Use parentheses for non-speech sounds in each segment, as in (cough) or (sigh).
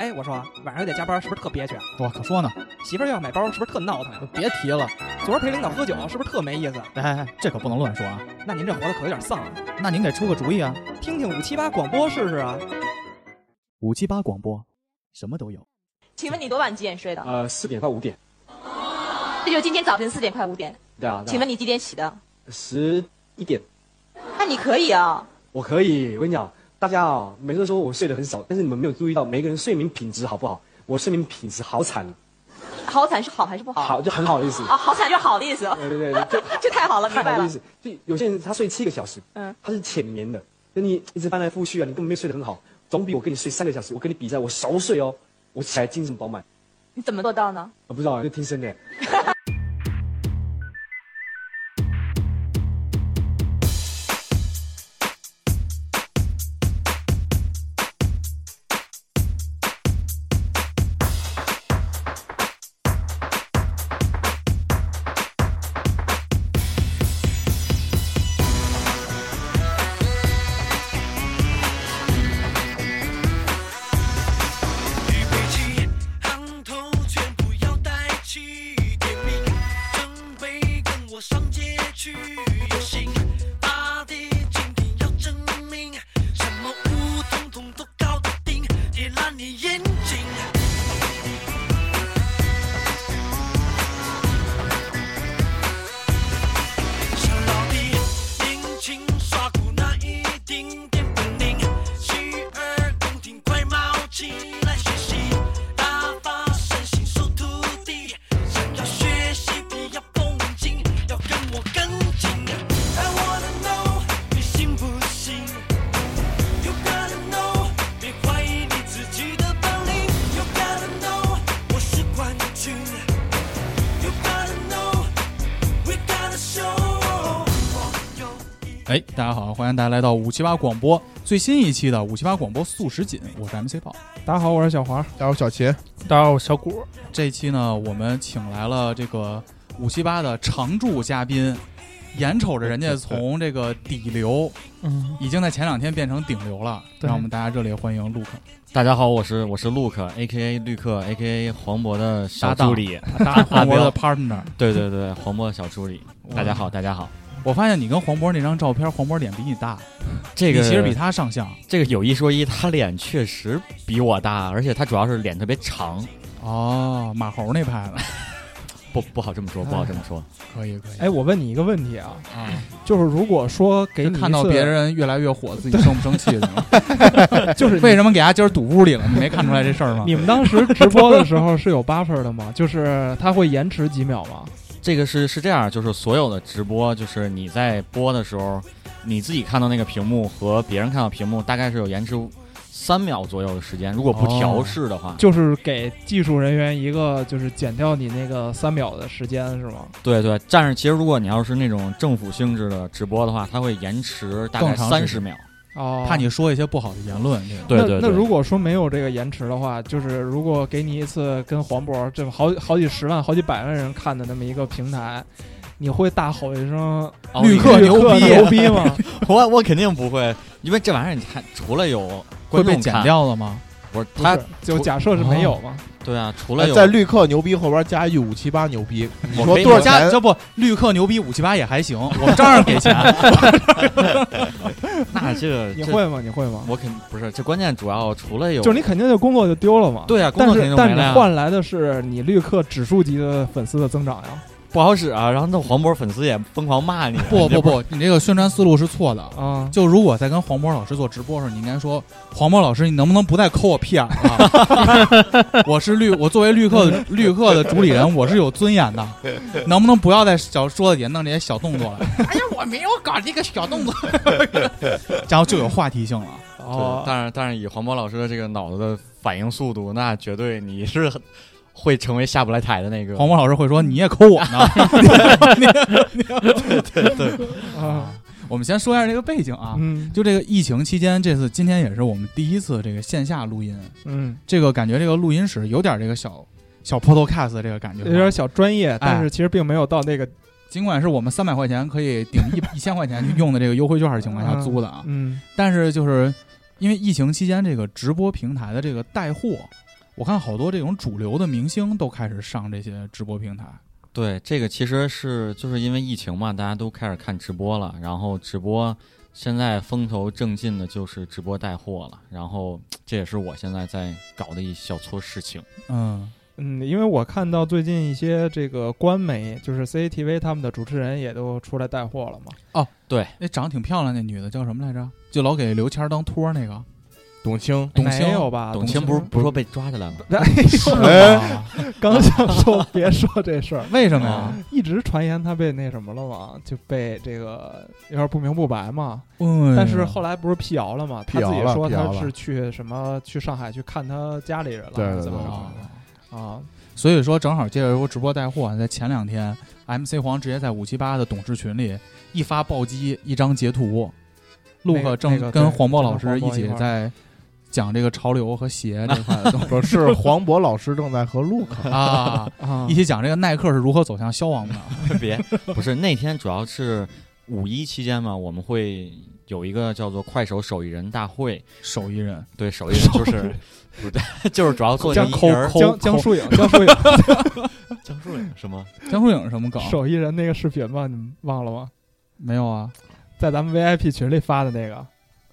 哎，我说晚上又得加班，是不是特憋屈啊？我可说呢，媳妇儿又要买包，是不是特闹腾呀？别提了，昨儿陪领导喝酒，是不是特没意思？哎哎，哎这可不能乱说啊。那您这活的可有点丧啊！那您给出个主意啊？听听五七八广播试试啊！五七八广播，什么都有。请问你多晚几点睡的？呃，四点到五点。这就今天早晨四点快五点。对啊。对啊请问你几点起的？十一点，那你可以啊。我可以。我跟你讲，大家啊、每次都说我睡得很少，但是你们没有注意到每个人睡眠品质好不好？我睡眠品质好惨，好惨是好还是不好？好就很好的意思。啊，好惨就是好的意思。对对对，就这太好了， (laughs) 明太白好的了意。思。就有些人他睡七个小时，嗯他是浅眠的，就你一直翻来覆去啊，你根本没有睡得很好，总比我跟你睡三个小时，我跟你比赛，我熟睡哦，我起来精神饱满。你怎么做到呢？我不知道，就听声的。举杯起，行头全部要带去，点名整杯跟我上街去游行。阿弟今天要证明，什么雾统统都搞得定，点烂你眼睛。小老弟，年轻耍酷那一丁点本领，洗耳恭听快冒起来学习，大发善心收徒弟，想要学习不要绷紧，要跟我跟进。I wanna know 你信不信？You gotta know 别怀疑你自己的本领，You gotta know 我是冠军，You gotta know。We gotta show. 哎，大家好，欢迎大家来到五七八广播最新一期的五七八广播速食锦，我是 MC 豹。大家好，我是小黄。大家好，小秦，大家好，我是小谷。这一期呢，我们请来了这个五七八的常驻嘉宾，眼瞅着人家从这个底流嗯，已经在前两天变成顶流了，对让我们大家热烈欢迎陆克。大家好，我是我是 Luke，A K A 绿客，A K A 黄渤的小搭档助理。啊大黄渤的阿彪 partner，对对对，黄渤的小助理。嗯大家好，大家好。我发现你跟黄渤那张照片，黄渤脸比你大，这个你其实比他上相这个有一说一，他脸确实比我大，而且他主要是脸特别长。哦，马猴那派的，不不好这么说，哎不好这么说。可以可以。哎，我问你一个问题啊，啊，就是如果说给就你一次看到别，人越来越火，自己生不生气的？就是你为什么给他今儿堵屋里了？你没看出来这事儿吗？你们当时 (laughs) 直播的时候是有 buffer 的吗？就是它会延迟几秒吗？这个是是这样，就是所有的直播，就是你在播的时候，你自己看到那个屏幕和别人看到屏幕，大概是有延迟三秒左右的时间，如果不哦调试的话。就是给技术人员一个就是减掉你那个三秒的时间是吗？对对，但是其实如果你要是那种政府性质的直播的话，它会延迟大概更长时三间十秒。哦，怕你说一些不好的言论，这个对对对。那那如果说没有这个延迟的话，就是如果给你一次跟黄渤这么好好几十万、好几百万人看的那么一个平台，你会大吼一声哦“绿客牛牛逼啊牛逼”吗？我我肯定不会，因为这玩意儿你看，除了有会观被众剪看，掉了吗？不是不他是，就假设是没有嘛。对啊，除了有哎在绿客牛逼后边加一句五七八牛逼，你我说可以多少加钱？这不绿客牛逼五七八也还行，我们照样给钱。那这你这会吗？你会吗？我肯不是这关键主要除了有就是你肯定就工作就丢了嘛。对啊，工但作肯定就是但没是了你呀换来的是你绿客指数级的粉丝的增长呀。不好使啊，然后那黄渤粉丝也疯狂骂你，不你这不不，你这个宣传思路是错的。啊，就如果在跟黄渤老师做直播的时候，你应该说：“黄渤老师，你能不能不再抠我屁眼了？ (laughs) 我是绿，我作为绿客的绿客的主理人，我是有尊严的，能不能不要在小桌子底下弄这些小动作了？”哎呀，我没有搞这个小动作， (laughs) 然后就有话题性了。对，哦，但是但是以黄渤老师的这个脑子的反应速度，那绝对你是很会成为下不来台的那个黄渤老师会说：“你也抠我 (laughs) 呢。啊，”我们先说一下这个背景啊，嗯就这个疫情期间，这次今天也是我们第一次这个线下录音，嗯，这个感觉这个录音室有点这个小小 podcast 的这个感觉，有点小专业，哎但是其实并没有到那个尽管是我们三百块钱可以顶 (laughs) 一一千块钱用的这个优惠券的情况下租的啊，嗯但是就是因为疫情期间这个直播平台的这个带货我看好多这种主流的明星都开始上这些直播平台。对，这个其实是就是因为疫情嘛，大家都开始看直播了，然后直播现在风头正劲的就是直播带货了，然后这也是我现在在搞的一小撮事情。嗯嗯，因为我看到最近一些这个官媒，就是 CCTV 他们的主持人也都出来带货了嘛。那哎长得挺漂亮那女的叫什么来着？就老给刘谦儿当托儿那个董卿，董卿没有吧？啊董卿卿不是不是说被抓起 (laughs) 来了吗？哎呦，是吗？ (laughs) 刚想说别说这 (laughs) 事儿，啊啊为什么呀？一直传言他被那什么了嘛，就被这个有点不明不白嘛。嗯但是后来不是辟谣了嘛？辟他自谣己了说辟谣他了是去什么去上海去看他家里人了，对对还是怎么啊着的 (laughs) 啊？所以说正好借着说直播带货，在前两天，MC 黄直接在五七八的董事群里一发暴击一张截图，陆那个克正那个跟对黄渤老跟师黄渤一起一块儿在讲这个潮流和鞋这块的东 (laughs) 不是是黄渤老师正在和陆克，西啊，啊一起讲这个耐克是如何走向消亡的。别，不是那天主要是五一期间嘛，我们会有一个叫做快手手艺人大会，手艺人，对 (laughs) 手艺人就是不是就是主要做成江一抠人儿抠江江疏影，江疏影江疏影是吗？江疏影是什么梗？手艺人那个视频嘛，你们忘了吗？没有啊，在咱们 VIP 群里发的那个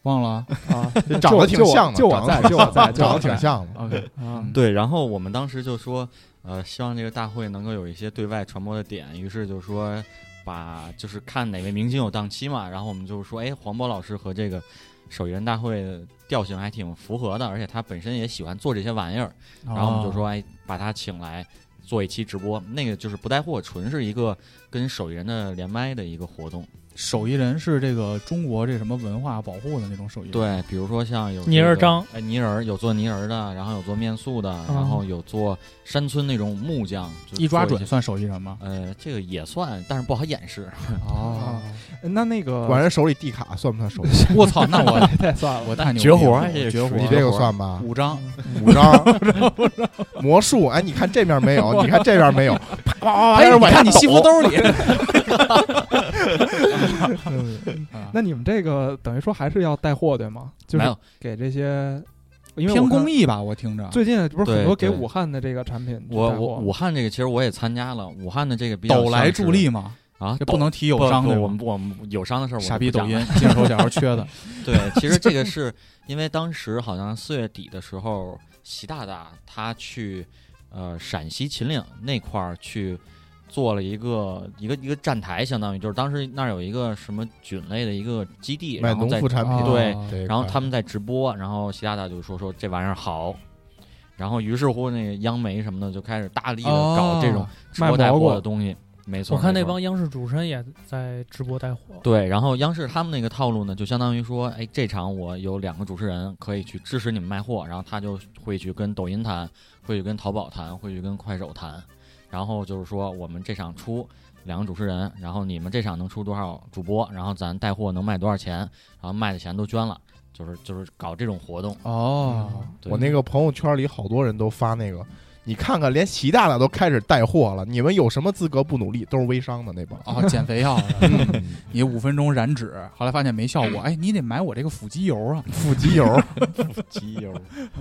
忘了啊。啊 (laughs) 长得挺就像的，就我在，就我 (laughs) 在，就长我得挺在像的。 OK，啊。对，然后我们当时就说，呃，希望这个大会能够有一些对外传播的点，于是就说把就是看哪位明星有档期嘛，然后我们就说，哎，黄渤老师和这个手艺人大会的调性还挺符合的，而且他本身也喜欢做这些玩意儿，然后我们就说，哎，把他请来。做一期直播，那个就是不带货，纯是一个跟手艺人的连麦的一个活动。手艺人是这个中国这什么文化保护的那种手艺人。，对，比如说像有泥这人个张，哎，泥人儿有做泥人儿的，然后有做面塑的，然后有做山村那种木匠，就是一抓做准些算手艺人吗？呃，这个也算，但是不好掩饰。哦，啊那那 (laughs) 个管人手里递卡算不算手 (laughs) 艺？我操，那我太算了，我太牛逼绝了，活儿这绝活儿，你这个算吧，五张，五张魔术。哎，你看这面没有，你看这面没有，啪啪啪啪，往下哎看你西服抖兜里，嗯 (laughs) 啊那你们这个等于说还是要带货对吗？就没是有，给这些，因为偏我看公益吧，我听着。最近不是很多啊对给对武汉的这个产品我带我货武汉这个其实我也参加了，武汉的这个比较抖来像是助力嘛，啊，这抖不能提不友商不对我吧？们我们友商的事儿我傻就逼不抖讲音了。金手小孩缺的， (laughs) 对，其实这个是因为当时好像四月底的时候，习大大他去呃陕西秦岭那块儿去做了一个一个一个站台，相当于就是当时那儿有一个什么菌类的一个基地，卖然后农在副产品。对啊这一块然后他们在直播，然后习大大就说说这玩意儿好。然后，于是乎，那个央媒什么的就开始大力的搞这种哦直播带卖蘑货菇的东西。没错，我看没那错帮央视主持人也在直播带货。对，然后央视他们那个套路呢，就相当于说，哎，这场我有两个主持人可以去支持你们卖货，然后他就会去跟抖音谈，会去跟淘宝谈，会去跟快手谈，然后就是说我们这场出两个主持人，然后你们这场能出多少主播，然后咱带货能卖多少钱，然后卖的钱都捐了，就是就是搞这种活动。哦，嗯对我那个朋友圈里好多人都发那个，你看看，连习大大都开始带货了，你们有什么资格不努力？都是微商的那帮。哦，减肥药，嗯你五分钟燃脂，后来发现没效果，哎，你得买我这个腹肌油啊，腹肌油，机油。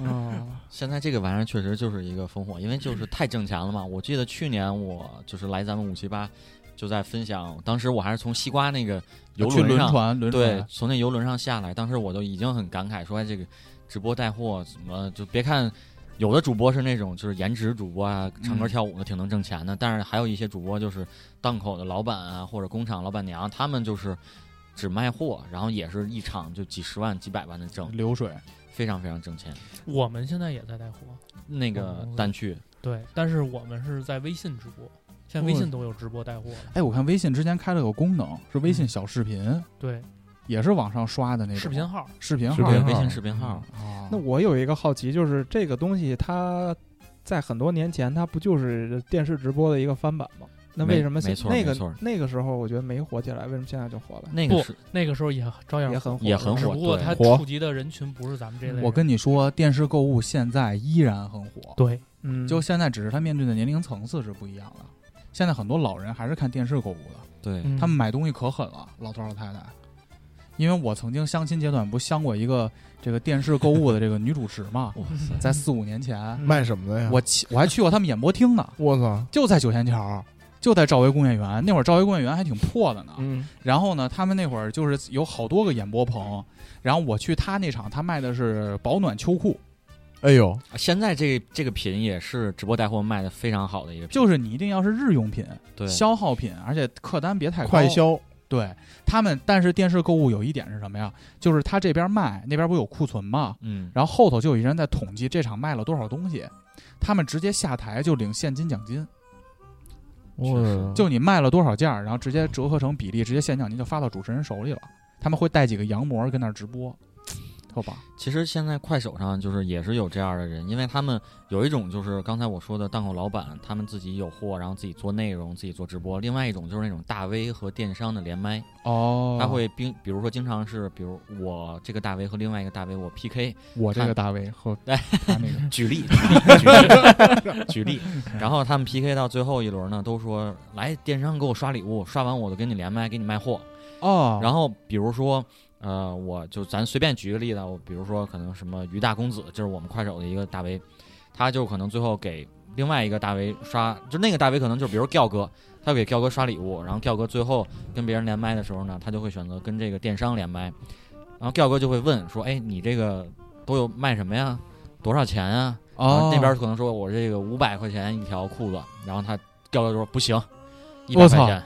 啊，现在这个玩意儿确实就是一个烽火，因为就是太挣钱了嘛。我记得去年我就是来咱们五七八，就在分享，当时我还是从西瓜那个游 (laughs) 去轮轮上，船，轮对船，，从那游轮上下来，当时我就已经很感慨，说哎这个直播带货怎么就别看。有的主播是那种就是颜值主播啊，唱歌嗯跳舞的挺能挣钱的，但是还有一些主播就是档口的老板啊，或者工厂老板娘，他们就是只卖货，然后也是一场就几十万、几百万的挣，流水，非常非常挣钱。我们现在也在带货，那个哦单去对，但是我们是在微信直播，现在微信都有直播带货 (laughs) 了。哎，我看微信之前开了个功能，是微信小视频，嗯对，也是往上刷的那种视频号，视频视号对频号微信视频号，啊那我有一个好奇，就是这个东西它在很多年前它不就是电视直播的一个翻版吗？那没为什么没错那没错个那个时候我觉得没火起来，为什么现在就火了？那个不是，那个时候也照样也很火，也很火只不过对它火触及的人群不是咱们这类人。我跟你说，电视购物现在依然很火，对嗯，就现在只是它面对的年龄层次是不一样的。现在很多老人还是看电视购物的，对，嗯他们买东西可狠了，老头儿老太太。因为我曾经相亲阶段不相过一个这个电视购物的这个女主持嘛， (laughs) 在四五年前，卖什么的呀？我去我还去过他们演播厅呢，我操，就在九仙桥，就在赵薇工业园。那会儿赵薇工业园还挺破的呢。嗯然后呢，他们那会儿就是有好多个演播棚，然后我去他那场，他卖的是保暖秋裤，哎呦，现在这个这个品也是直播带货卖的非常好的一个品，就是你一定要是日用品、对消耗品，而且客单别太高。快销对他们，但是电视购物有一点是什么呀？就是他这边卖，那边不有库存吗？嗯，然后后头就有一人在统计这场卖了多少东西，他们直接下台就领现金奖金，确实就你卖了多少件儿，然后直接折合成比例，直接现奖金就发到主持人手里了。他们会带几个洋模跟那儿直播，特棒。其实现在快手上就是也是有这样的人，因为他们有一种就是刚才我说的档口老板，他们自己有货，然后自己做内容，自己做直播；另外一种就是那种大 V 和电商的连麦，哦他会并比如说经常是，比如我这个大 V 和另外一个大 V 我 PK，我这个大 V 和哎他那个举例举例举例，然后他们 PK 到最后一轮呢，都说来电商给我刷礼物，刷完我就给你连麦，给你卖货。哦，然后比如说，呃，我就咱随便举个例子啊，我比如说可能什么于大公子，就是我们快手的一个大 V，他就可能最后给另外一个大 V 刷，就那个大 V 可能就比如吊哥，他给吊哥刷礼物，然后吊哥最后跟别人连麦的时候呢，他就会选择跟这个电商连麦，然后吊哥就会问说，哎，你这个都有卖什么呀？多少钱啊？然哦后那边可能说我这个五百块钱一条裤子，然后他吊哥就说不行，一我百块操钱，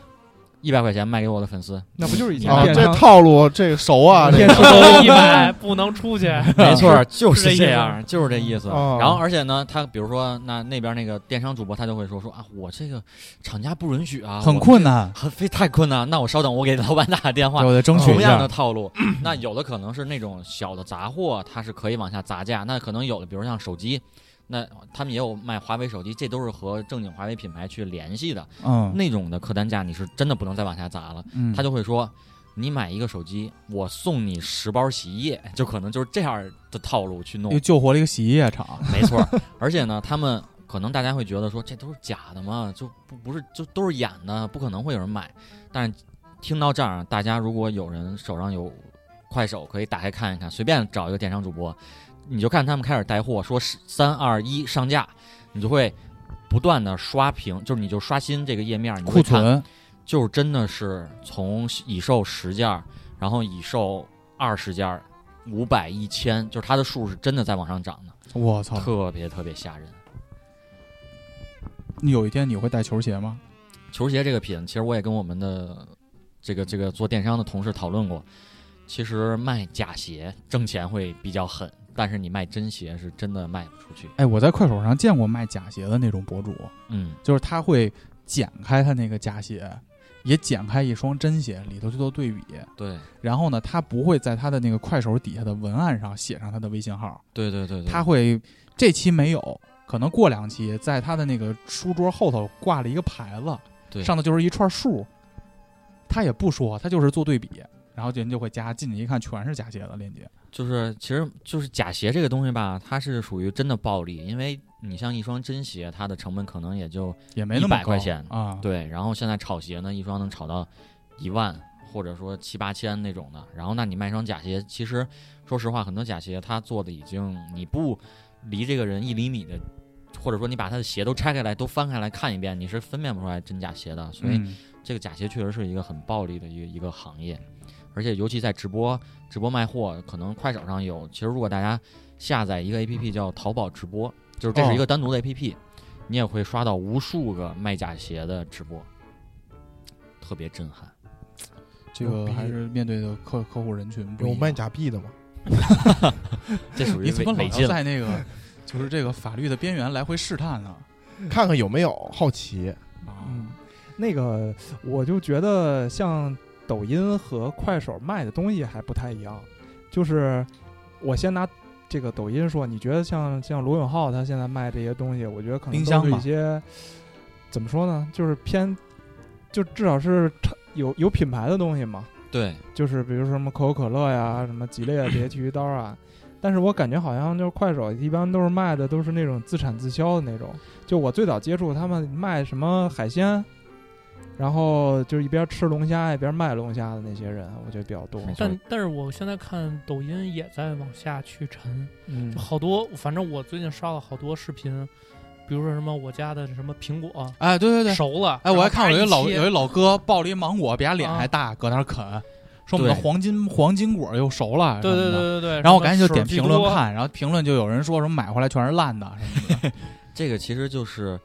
一百块钱卖给我的粉丝。那不就是以前啊，电这商套路这熟 (laughs) 啊，这电个视 (laughs) (laughs) 购物一百不能出去，嗯没 (laughs) 错，就是啊这这意思样，就是这意思。哦然后，而且呢，他比如说，那那边那个电商主播，他就会说说啊，我这个厂家不允许啊，很我困难，很非太困难，那我稍等，我给老板打个电话对。我得争取同一样下的。套路，那有的可能是那种小的杂货，它是可以往下砸价；那可能有的，比如像手机，那他们也有卖华为手机，这都是和正经华为品牌去联系的。嗯，那种的客单价你是真的不能再往下砸了。嗯他就会说，你买一个手机，我送你十包洗衣液，就可能就是这样的套路去弄又。救活了一个洗衣液厂。 (laughs) 没错儿，而且呢，他们可能大家会觉得说这都是假的嘛，就不不是就都是演的，不可能会有人买。但是听到这儿，啊大家如果有人手上有快手，可以打开看一看，随便找一个电商主播，你就看他们开始带货，说是三二一上架，你就会不断的刷屏，就是你就刷新这个页面，你就库会看存就是真的是从已售十件儿，然后已售二十件儿，五百一千，就是它的数是真的在往上涨的，我操！特别特别吓人。你有一天你会带球鞋吗？球鞋这个品，其实我也跟我们的这个这个做电商的同事讨论过，其实卖假鞋挣钱会比较狠，但是你卖真鞋是真的卖不出去。哎，我在快手上见过卖假鞋的那种博主，嗯，就是他会剪开他那个假鞋，也剪开一双真鞋，里头去做对比。对，然后呢，他不会在他的那个快手底下的文案上写上他的微信号，对对对对，他会这期没有，可能过两期在他的那个书桌后头挂了一个牌子，对上头就是一串数，他也不说，他就是做对比，然后人就会加进去一看，全是假鞋的链接。就是其实就是假鞋这个东西吧，它是属于真的暴利，因为你像一双真鞋，它的成本可能也就也没那么100块高钱啊，对，然后现在炒鞋呢，一双能炒到一万或者说七八千那种的。然后，那你卖双假鞋，其实说实话，很多假鞋它做的已经你不离这个人一厘米的，或者说你把他的鞋都拆开来都翻开来看一遍，你是分辨不出来真假鞋的。所以，嗯这个假鞋确实是一个很暴利的一个一个行业，而且尤其在直播直播卖货，可能快手上有。其实如果大家下载一个 APP 叫淘宝直播，就是这是哦一个单独的 APP，、你也会刷到无数个卖假鞋的直播，特别震撼。嗯这个还是面对的客客户人群不一有样卖假币的吗？这属于 (laughs) 你怎么违违老要禁了。在那个就是这个法律的边缘来回试探呢？看看有没有好奇，啊，嗯，那个我就觉得像抖音和快手卖的东西还不太一样，就是我先拿这个抖音说，你觉得像像罗永浩他现在卖这些东西，我觉得可能冰箱都是嘛一些怎么说呢，就是偏就至少是产有有品牌的东西嘛，对，就是比如说什么可口可乐呀、什么吉列啊、这些剃须刀啊。但是我感觉好像就是快手一般都是卖的都是那种自产自销的那种。就我最早接触他们卖什么海鲜，然后就是一边吃龙虾一边卖龙虾的那些人，我觉得比较多。没错但但是我现在看抖音也在往下去沉，嗯就，好多，反正我最近刷了好多视频，比如说什么我家的什么苹果哎，对对对，熟了，哎，我还还看过有一一老切啊有一老哥抱了一芒果，比他脸还大，搁那儿啃，说我们的对黄金黄金果又熟了，对什对么的对。对对，然后什么我赶紧就点水巨评论多，看，然后评论就有人说什么买回来全是烂的什么的。这个其实就是，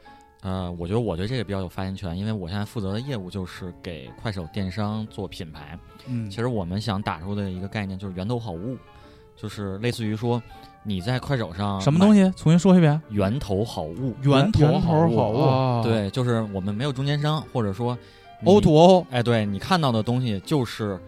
呃，我觉得我对这个比较有发言权，因为我现在负责的业务就是给快手电商做品牌。嗯其实我们想打出的一个概念就是源头好物，就是类似于说你在快手上什么东西西？重新说一遍。源头好物，啊源头源好头物，好物哦，对，就是我们没有中间商，或者说你 O to O，哎，对你看到的东西就是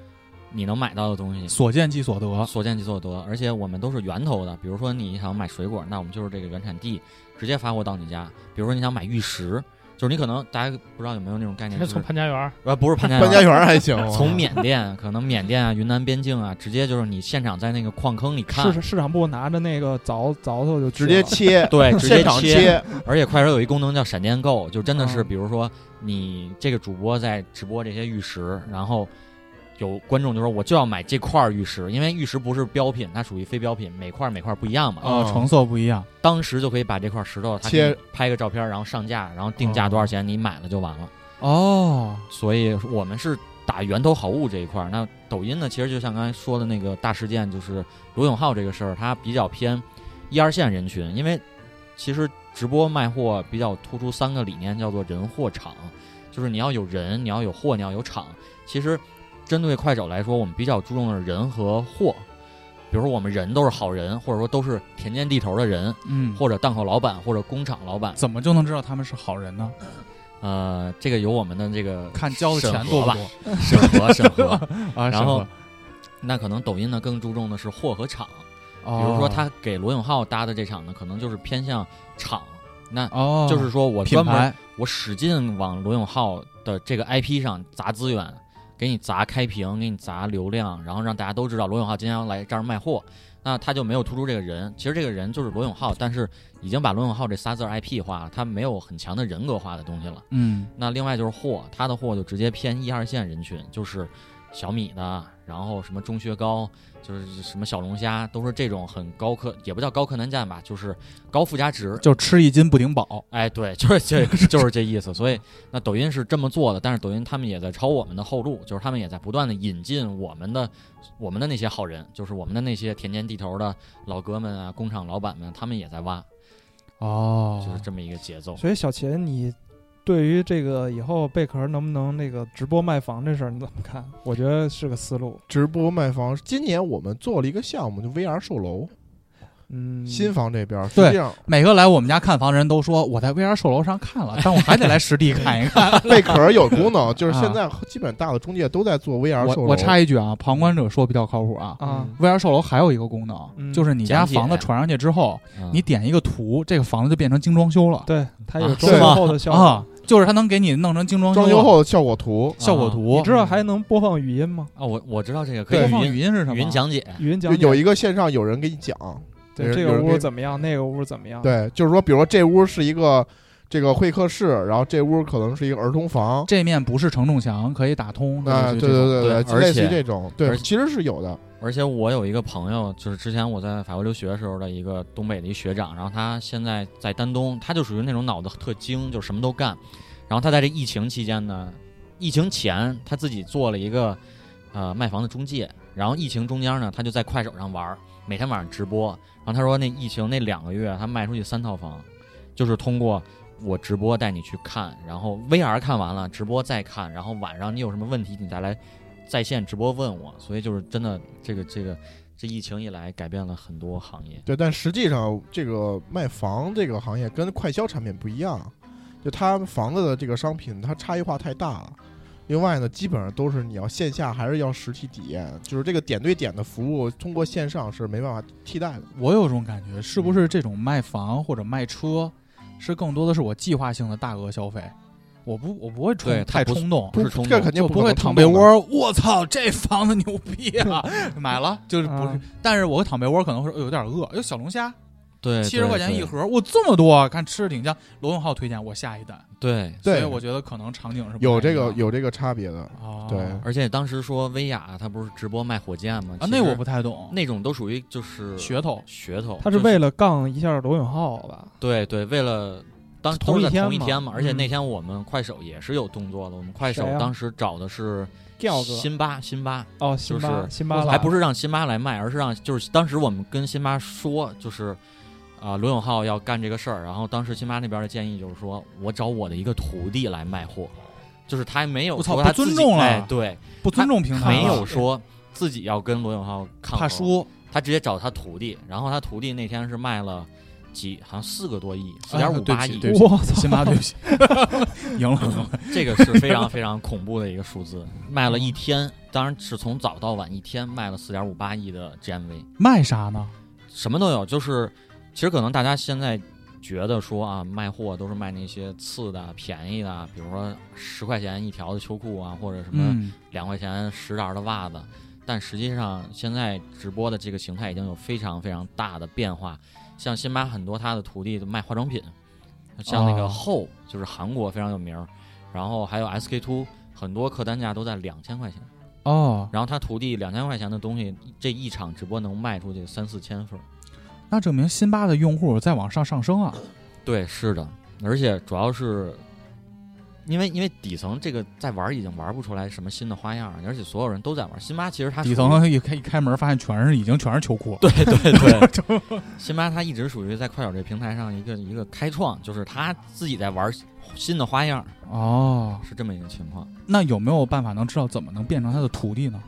你能买到的东西，所见即 (laughs) 所得。所见即所得，而且我们都是源头的。比如说你想买水果，那我们就是这个原产地直接发货到你家。比如说你想买玉石，就是你可能大家不知道有没有那种概念，还就是从嗯是潘家园儿，呃 (laughs) 不是潘家潘家园，园还行，啊从缅甸可能缅甸啊、云南边境啊，直接就是你现场在那个矿坑里看，市市场部拿着那个凿凿头就去直接了切，对，直接现场切，而且快手有一功能叫闪电购，就真的是，嗯比如说你这个主播在直播这些玉石，然后有观众就说我就要买这块玉石，因为玉石不是标品，它属于非标品，每块每块不一样嘛。哦，成色不一样。当时就可以把这块石头它切哦给你拍个照片，然后上架，然后定价多少钱，你买了就完了。哦，所以我们是打源头好物这一块儿。那抖音呢，其实就像刚才说的那个大事件，就是罗永浩这个事儿，它比较偏一二线人群，因为其实直播卖货比较突出三个理念，叫做人货场，就是你要有人，你要有货，你要有场。其实针对快手来说，我们比较注重的是人和货。比如说，我们人都是好人，或者说都是田间地头的人，嗯，或者档口老板，或者工厂老板，怎么就能知道他们是好人呢？呃，这个有我们的这个看交的钱嗯审多核不吧，多审核审核。啊？然后审那可能抖音呢更注重的是货和场，核，比如说哦他给罗永浩搭的这场呢，可能就是偏向场，那哦，就是说我品专门牌我使劲往罗永浩的这个 IP 上砸资源，给你砸开屏，给你砸流量，然后让大家都知道罗永浩今天要来这儿卖货。那他就没有突出这个人，其实这个人就是罗永浩，但是已经把罗永浩这仨字儿 IP 化了，他没有很强的人格化的东西了。嗯那另外就是货，它的货就直接偏一二线人群，就是小米的，然后什么中薛高，就是什么小龙虾，都是这种很高客，也不叫高客单价吧，就是高附加值。就吃一斤不顶饱。哎，对，就是 (laughs) 这，就是这意思。所以那抖音是这么做的，但是抖音他们也在抄我们的后路，就是他们也在不断的引进我们的我们的那些好人，就是我们的那些田间地头的老哥们啊，工厂老板们，他们也在挖，哦就是这么一个节奏。所以小秦，你对于这个以后贝壳能不能那个直播卖房这事儿你怎么看？我觉得是个思路。直播卖房。今年我们做了一个项目，就 VR 售楼，嗯，新房这边儿是对这样，每个来我们家看房的人都说我在 VR 售楼上 (laughs) 看了，但我还得来实地看一看。贝壳儿有功能，就是啊现在基本大的中介都在做 VR 我售楼。我插一句啊，旁观者说比较靠谱啊。啊， VR 售楼还有一个功能，嗯就是你家讲解房子传上去之后，嗯你点一个图，这个房子就变成精装修了对，它有啊中是吗后的效果。啊，就是它能给你弄成精装装修修了后的效果图，效果图你。知道还能播放语音吗？哦，我我知道这个啊可以播语放音语音是什么？语音讲啊解，语音就讲解有一个线上有人给你讲，对有人这有个人屋给怎么样，那个屋怎么样？对，就是说，比如说这屋是一个这个会客室，然后这屋可能是一个儿童房，这面不是承重墙，可以打通。啊，就对是这种对对对而类似于且这种，对，而其实是有的，而且我有一个朋友，就是之前我在法国留学的时候的一个东北的一学长，然后他现在在丹东，他就属于那种脑子特精，就什么都干。然后他在这疫情期间呢，疫情前他自己做了一个呃卖房的中介，然后疫情中间呢，他就在快手上玩儿，每天晚上直播。然后他说那疫情那两个月，他卖出去三套房，就是通过。我直播带你去看，然后 VR 看完了，直播再看，然后晚上你有什么问题，你再来在线直播问我，所以就是真的，这个这个这疫情以来改变了很多行业。对，但实际上这个卖房这个行业跟快消产品不一样，就它房子的这个商品它差异化太大了。另外呢，基本上都是你要线下还是要实体体验，就是这个点对点的服务，通过线上是没办法替代的。我有种感觉，是嗯不是这种卖房或者卖车，是更多的是我计划性的大额消费？我不，我不会冲对太它不冲动，不是冲这动肯定我不不可会能躺冲被动的窝儿，我操，这房 (laughs) 子牛逼啊！买了就是不是啊，哎但是我躺被窝儿可能会说哎有点饿，有小龙虾，对，七十对块钱一，盒，我这么多，啊看吃着挺香。罗永浩推荐我下一单，对对，所对以我觉得可能场景是不有太这一样个有这个差别的，哦对啊，而且当时说薇娅她不是直播卖火箭吗？啊其那我实不太懂，那种都属于就是噱头噱头，他是就为了杠一下罗永浩吧？对对，为了当同都是一在天同一嘛天嘛，而且那嗯天我们快手也是有动作的，我们快手谁呀啊当时找的是调哥辛巴，辛巴哦，辛巴、就是辛巴拉还不是让辛巴来卖，而是让就是当时我们跟辛巴说，就是啊、罗永浩要干这个事儿，然后当时辛巴那边的建议就是说我找我的一个徒弟来卖货，就是他没有我操说他不尊自己重了哎对，不尊重平台，啊没有说自己要跟罗永浩抗衡，怕输，他直接找他徒弟，然后他徒弟那天是卖了几好像四个多亿，四啊点五对八不起亿，嗯对不起我操辛巴对不起，赢了赢了。这个是非常非常恐怖的一个数字，卖了一天，当然是从早到晚一天卖了四点五八亿的 GMV，卖啥呢？什么都有。就是其实可能大家现在觉得说啊，卖货都是卖那些次的、便宜的，比如说十块钱一条的秋裤啊，或者什么嗯，两块钱十条的袜子。但实际上，现在直播的这个形态已经有非常非常大的变化。像辛巴很多他的徒弟都卖化妆品，像那个哦 HO 就是韩国非常有名儿，然后还有 SK two，很多客单价都在两千块钱。哦，然后他徒弟两千块钱的东西，这一场直播能卖出去三四千份儿。那证明辛巴的用户在往上上升啊。对，是的，而且主要是因为因为底层这个在玩儿已经玩不出来什么新的花样儿，而且所有人都在玩儿。辛巴其实他底属于层一开一开门，发现全是已经全是秋裤。对，对 (laughs) 对，辛巴他一直属于在快手这平台上一个一个开创，就是他自己在玩儿新的花样儿，哦，是这么一个情况。那有没有办法能知道怎么能变成他的徒弟呢？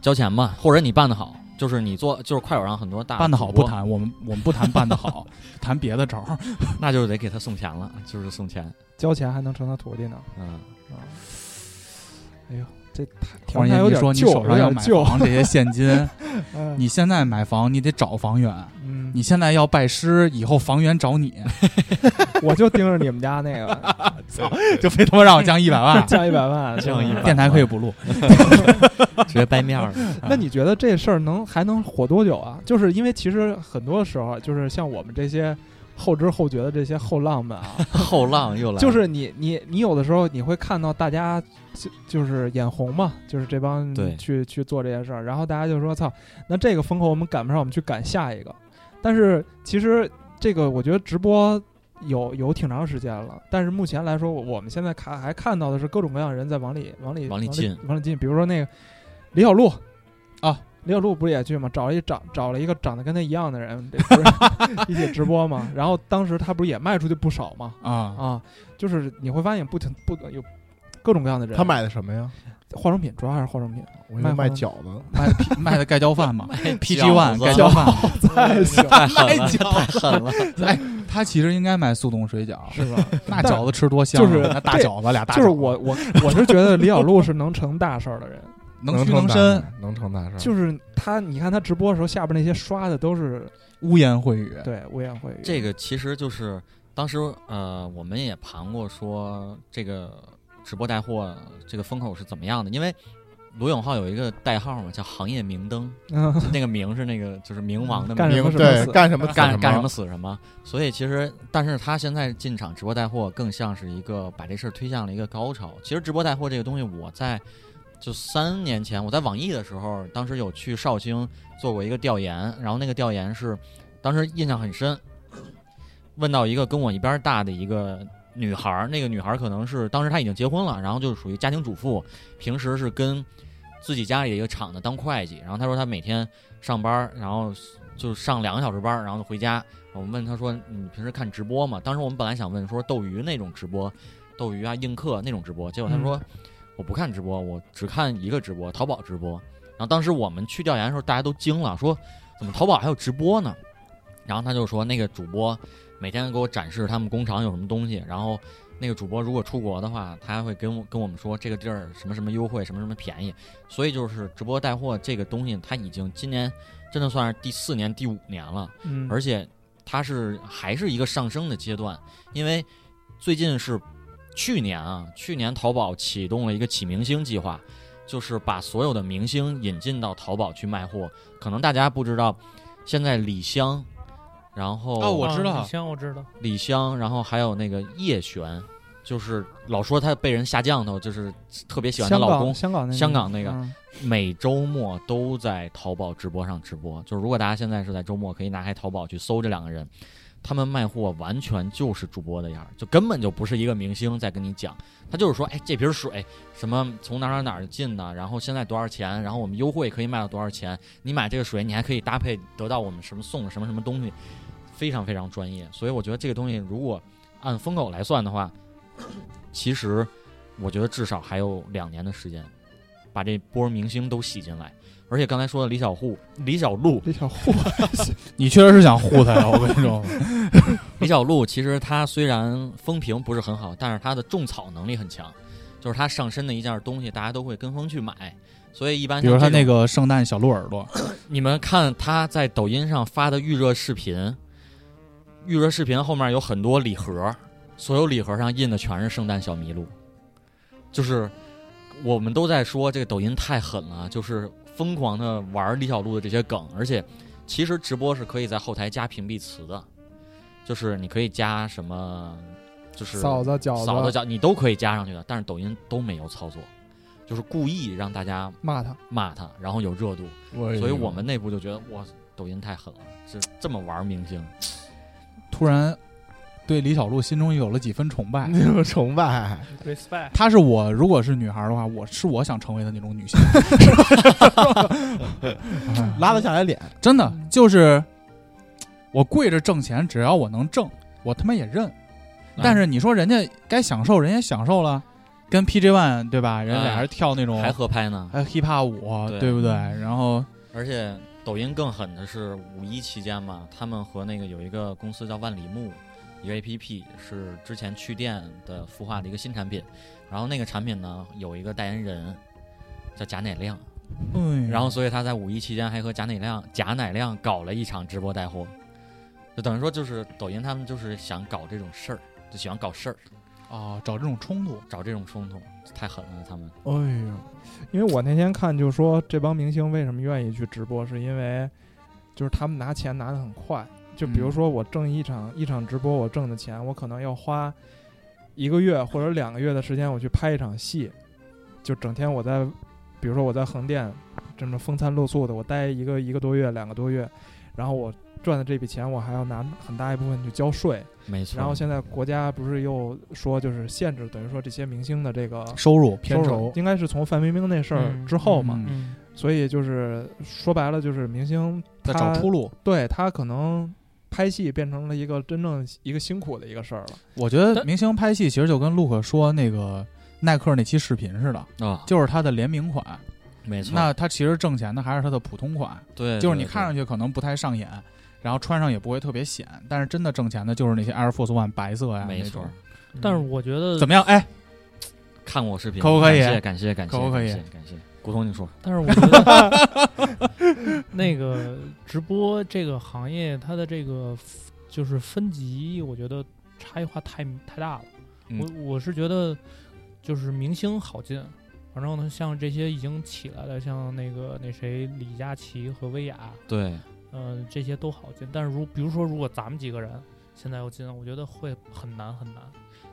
交钱吧，或者你办得好，就是你做就是快手上很多大办得好主不播，谈，我们我们不谈办得好，谈别的招儿。那就是得给他送钱了，就是送钱。交钱还能成他徒弟呢？ (laughs) 嗯，啊，哎呦，这太突然间条件有你点说你旧，手有上要点买旧。房这些现金，嗯你现在买房你得找房源，嗯，你现在要拜师，以后房源找你，我就盯着你们家那个。就非他妈让我降一百万降一百万，嗯降一百电台可以不录，直接掰面儿了。 (laughs) 那你觉得这事儿能还能火多久啊？就是因为其实很多时候，就是像我们这些后知后觉的这些后浪们啊，后浪又来了，就是你你你有的时候你会看到大家就就是眼红嘛，就是这帮对去去做这些事儿，然后大家就说操，那这个风口我们赶不上，我们去赶下一个。但是其实这个我觉得直播有有挺长时间了，但是目前来说，我我们现在看还看到的是各种各样的人在往里往里往里进往里进，比如说那个李小璐啊。李小璐不是也去吗？找了一长找了一个长得跟他一样的人，这不是 (laughs) 一起直播嘛？然后当时他不是也卖出去不少嘛？啊，啊，就是你会发现不停不有各种各样的人，他买的什么呀？化妆品，主要还是化妆品，我以为卖卖花饺子，卖的 (laughs) 卖的盖浇饭嘛，PG 饺 One 子盖浇 (laughs) 饭，太行太狠了，太狠了。他其实应该卖速冻水 (laughs) 饺，是 (laughs) 吧？那但饺子吃多香啊，就是那大这饺子俩大饺就子，是我我我是觉得李小璐是能成大事儿 (laughs) 的人，能屈成能大伸，事，能成嗯大事。就是他，你看他直播的时候，下边那些刷的都是污言秽语。对污言秽语，这个其实就是当时呃，我们也盘过说这个直播带货这个风口是怎么样的，因为罗永浩有一个代号嘛，叫行业明灯，嗯就那个明是那个就是冥王的干什明么明什对么干什么 (laughs) 干干什么？死什么，所以其实，但是他现在进场直播带货，更像是一个把这事儿推向了一个高潮。其实直播带货这个东西，我在就三年前我在网易的时候，当时有去绍兴做过一个调研，然后那个调研是当时印象很深，问到一个跟我一边儿大的一个女孩儿，那个女孩儿可能是当时她已经结婚了，然后就是属于家庭主妇，平时是跟自己家里的一个厂子当会计，然后她说她每天上班儿，然后就上两个小时班儿，然后就回家。我们问她说：“你平时看直播吗？”当时我们本来想问说斗鱼那种直播，斗鱼啊映客那种直播，结果她说、我不看直播，我只看一个直播，淘宝直播。然后当时我们去调研的时候，大家都惊了，说怎么淘宝还有直播呢？然后她就说那个主播每天给我展示他们工厂有什么东西，然后那个主播如果出国的话，他还会跟我跟我们说这个地儿什么什么优惠，什么什么便宜。所以就是直播带货这个东西，它已经今年真的算是第四年、第五年了，嗯，而且它是还是一个上升的阶段，因为最近是去年啊，去年淘宝启动了一个起明星计划，就是把所有的明星引进到淘宝去卖货。可能大家不知道，现在李湘。然后哦我知道啊李湘我知道， (laughs) 李湘，然后还有那个叶璇，就是老说她被人下降头，就是特别喜欢她香老港公，香港那香港那个嗯每周末都在淘宝直播上直播。就是如果大家现在是在周末，可以拿开淘宝去搜这两个人，他们卖货完全就是主播的样儿，就根本就不是一个明星在跟你讲，他就是说，哎，这瓶水什么从哪儿哪儿哪儿进的，然后现在多少钱，然后我们优惠可以卖到多少钱，你买这个水你还可以搭配得到我们什么送的什么什么东西，非常非常专业。所以我觉得这个东西如果按风口来算的话，其实我觉得至少还有两年的时间。把这波明星都洗进来。而且刚才说的李小璐，李小璐，这小户， (laughs) 你确实是想护他呀，我跟你说， (laughs) 李小璐其实她虽然风评不是很好，但是她的种草能力很强，就是她上身的一件东西，大家都会跟风去买。所以一般 (laughs) 比像如他这种那个圣诞小鹿耳朵，你们看他在抖音上发的预热视频，预热视频后面有很多礼盒，所有礼盒上印的全是圣诞小麋鹿，就是我们都在说这个抖音太狠了，就是疯狂的玩李小璐的这些梗，而且其实直播是可以在后台加屏蔽词的，就是你可以加什么，就是嫂子饺嫂子饺你都可以加上去的，但是抖音都没有操作，就是故意让大家骂他，骂他，然后有热度。哎所以我们内部就觉得哇，抖音太狠了，这这么玩明星，突然对李小璐心中有了几分崇 (laughs) 拜。那种崇拜， respect，她是我，如果是女孩的话，我是我想成为的那种女性， (laughs) 拉得下来脸，真的就是我跪着挣钱，只要我能挣，我他妈也认。但是你说人家该享受，人家享受了，跟 PJ One 对吧？人俩人跳那种哎还合拍呢。哦还 hiphop 舞，对对不对？然后而且抖音更狠的是五一期间嘛，他们和那个有一个公司叫万里木，一个 APP 是之前去店的孵化的一个新产品，然后那个产品呢有一个代言人叫贾乃亮，嗯，然后所以他在五一期间还和贾乃亮贾乃亮搞了一场直播带货，就等于说就是抖音他们就是想搞这种事儿，就喜欢搞事儿，哦，找这种冲突，找这种冲突，太狠了他们。哎呦，因为我那天看就说这帮明星为什么愿意去直播，是因为就是他们拿钱拿的很快，就比如嗯说我挣一场、一场直播我挣的钱，我可能要花一个月或者两个月的时间我去拍一场戏，就整天我在，比如说我在横店这么风餐露宿的，我待一个一个多月两个多月，然后我赚的这笔钱我还要拿很大一部分去交税，没错。然后现在国家不是又说就是限制，等于说这些明星的这个收嗯入收入，应该是从范冰冰那事儿之后嘛，嗯嗯，所以就是说白了就是明星在他找出路。对他可能拍戏变成了一个真正一个辛苦的一个事儿了。我觉得但明星拍戏其实就跟陆可说那个耐克那期视频似的，啊，就是他的联名款。没错。那他其实挣钱的还是他的普通款，对，就是对你看上对去可能不太上眼，然后穿上也不会特别显，但是真的挣钱的就是那些 Air Force One 白色呀，没那错嗯种。。但是我觉得怎么样？哎，看过我视频，可不可以感谢感谢感谢，可不可以感谢？感谢古潼，你说但是我觉得 (laughs) 那个直播这个行业，它的这个 f- 就是分级，我觉得差异化太太大了。嗯我我是觉得就是明星好进，反正呢，像这些已经起来了，像那个那谁李佳琦和薇娅，对，嗯、这些都好进。但是如比如说，如果咱们几个人现在要进，我觉得会很难很难。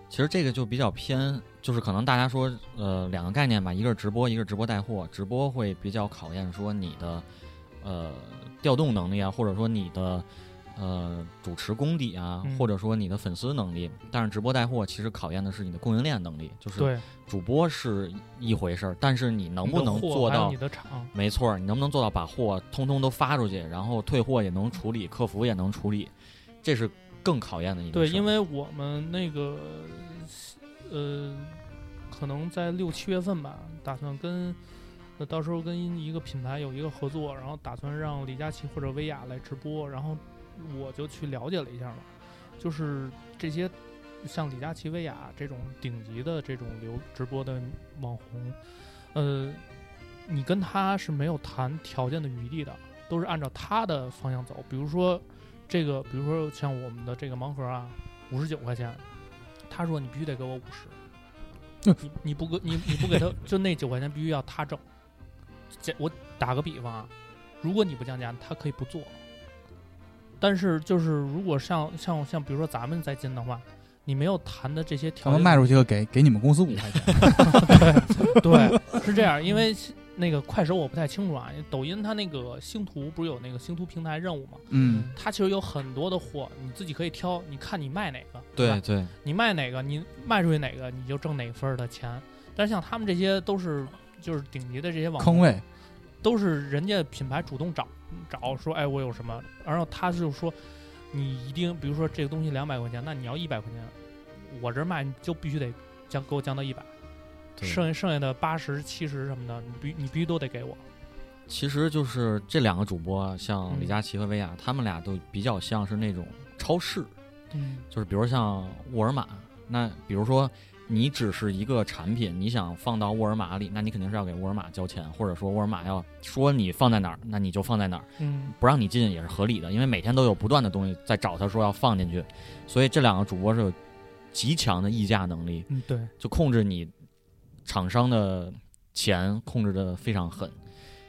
其实这个就比较偏，就是可能大家说呃两个概念吧，一个是直播，一个是直播带货。直播会比较考验说你的呃调动能力啊，或者说你的呃主持功底啊，嗯或者说你的粉丝能力。但是直播带货其实考验的是你的供应链能力，就是对，主播是一回事儿，但是你能你不的能货做还有到你的厂？没错儿，你能不能做到把货通通都发出去，然后退货也能处理，客服也能处理，这是更考验的一个对，事儿因为我们那个呃，可能在六七月份吧，打算跟呃到时候跟一个品牌有一个合作，然后打算让李佳琦或者薇娅来直播，然后我就去了解了一下嘛，就是这些像李佳琦、薇娅这种顶级的这种流直播的网红，呃，你跟他是没有谈条件的余地的，都是按照他的方向走。比如说这个，比如说像我们的这个盲盒啊，五十九块钱，他说你必须得给我五十，嗯你你不给你你不给他，就那九块钱必须要他挣。这我打个比方啊，如果你不降价，他可以不做。但是就是如果像像像比如说咱们再进的话，你没有谈的这些他条们件，卖出去了给给你们公司五 (laughs) 块钱，对，是这样，因 (laughs) 为那个快手我不太清楚啊，抖音它那个星图不是有那个星图平台任务吗？嗯，它其实有很多的货，你自己可以挑，你看你卖哪个，吧对对，你卖哪个，你卖出去哪个，你就挣哪份儿的钱。但是像他们这些都是就是顶级的这些网坑红，位，都是人家品牌主动找找说，哎，我有什么，然后他就说，你一定，比如说这个东西两百块钱，那你要一百块钱，我这儿卖你就必须得降给我降到一百，对剩下剩下的八十、七十什么的，你必你必须都得给我。其实就是这两个主播，像嗯李佳琦和薇娅，他们俩都比较像是那种超市，嗯就是比如像沃尔玛，那比如说你只是一个产品，你想放到沃尔玛里，那你肯定是要给沃尔玛交钱，或者说沃尔玛要说你放在哪儿，那你就放在哪儿，嗯，不让你进也是合理的，因为每天都有不断的东西在找他说要放进去，所以这两个主播是有极强的议价能力，嗯，对，就控制你厂商的钱控制的非常狠。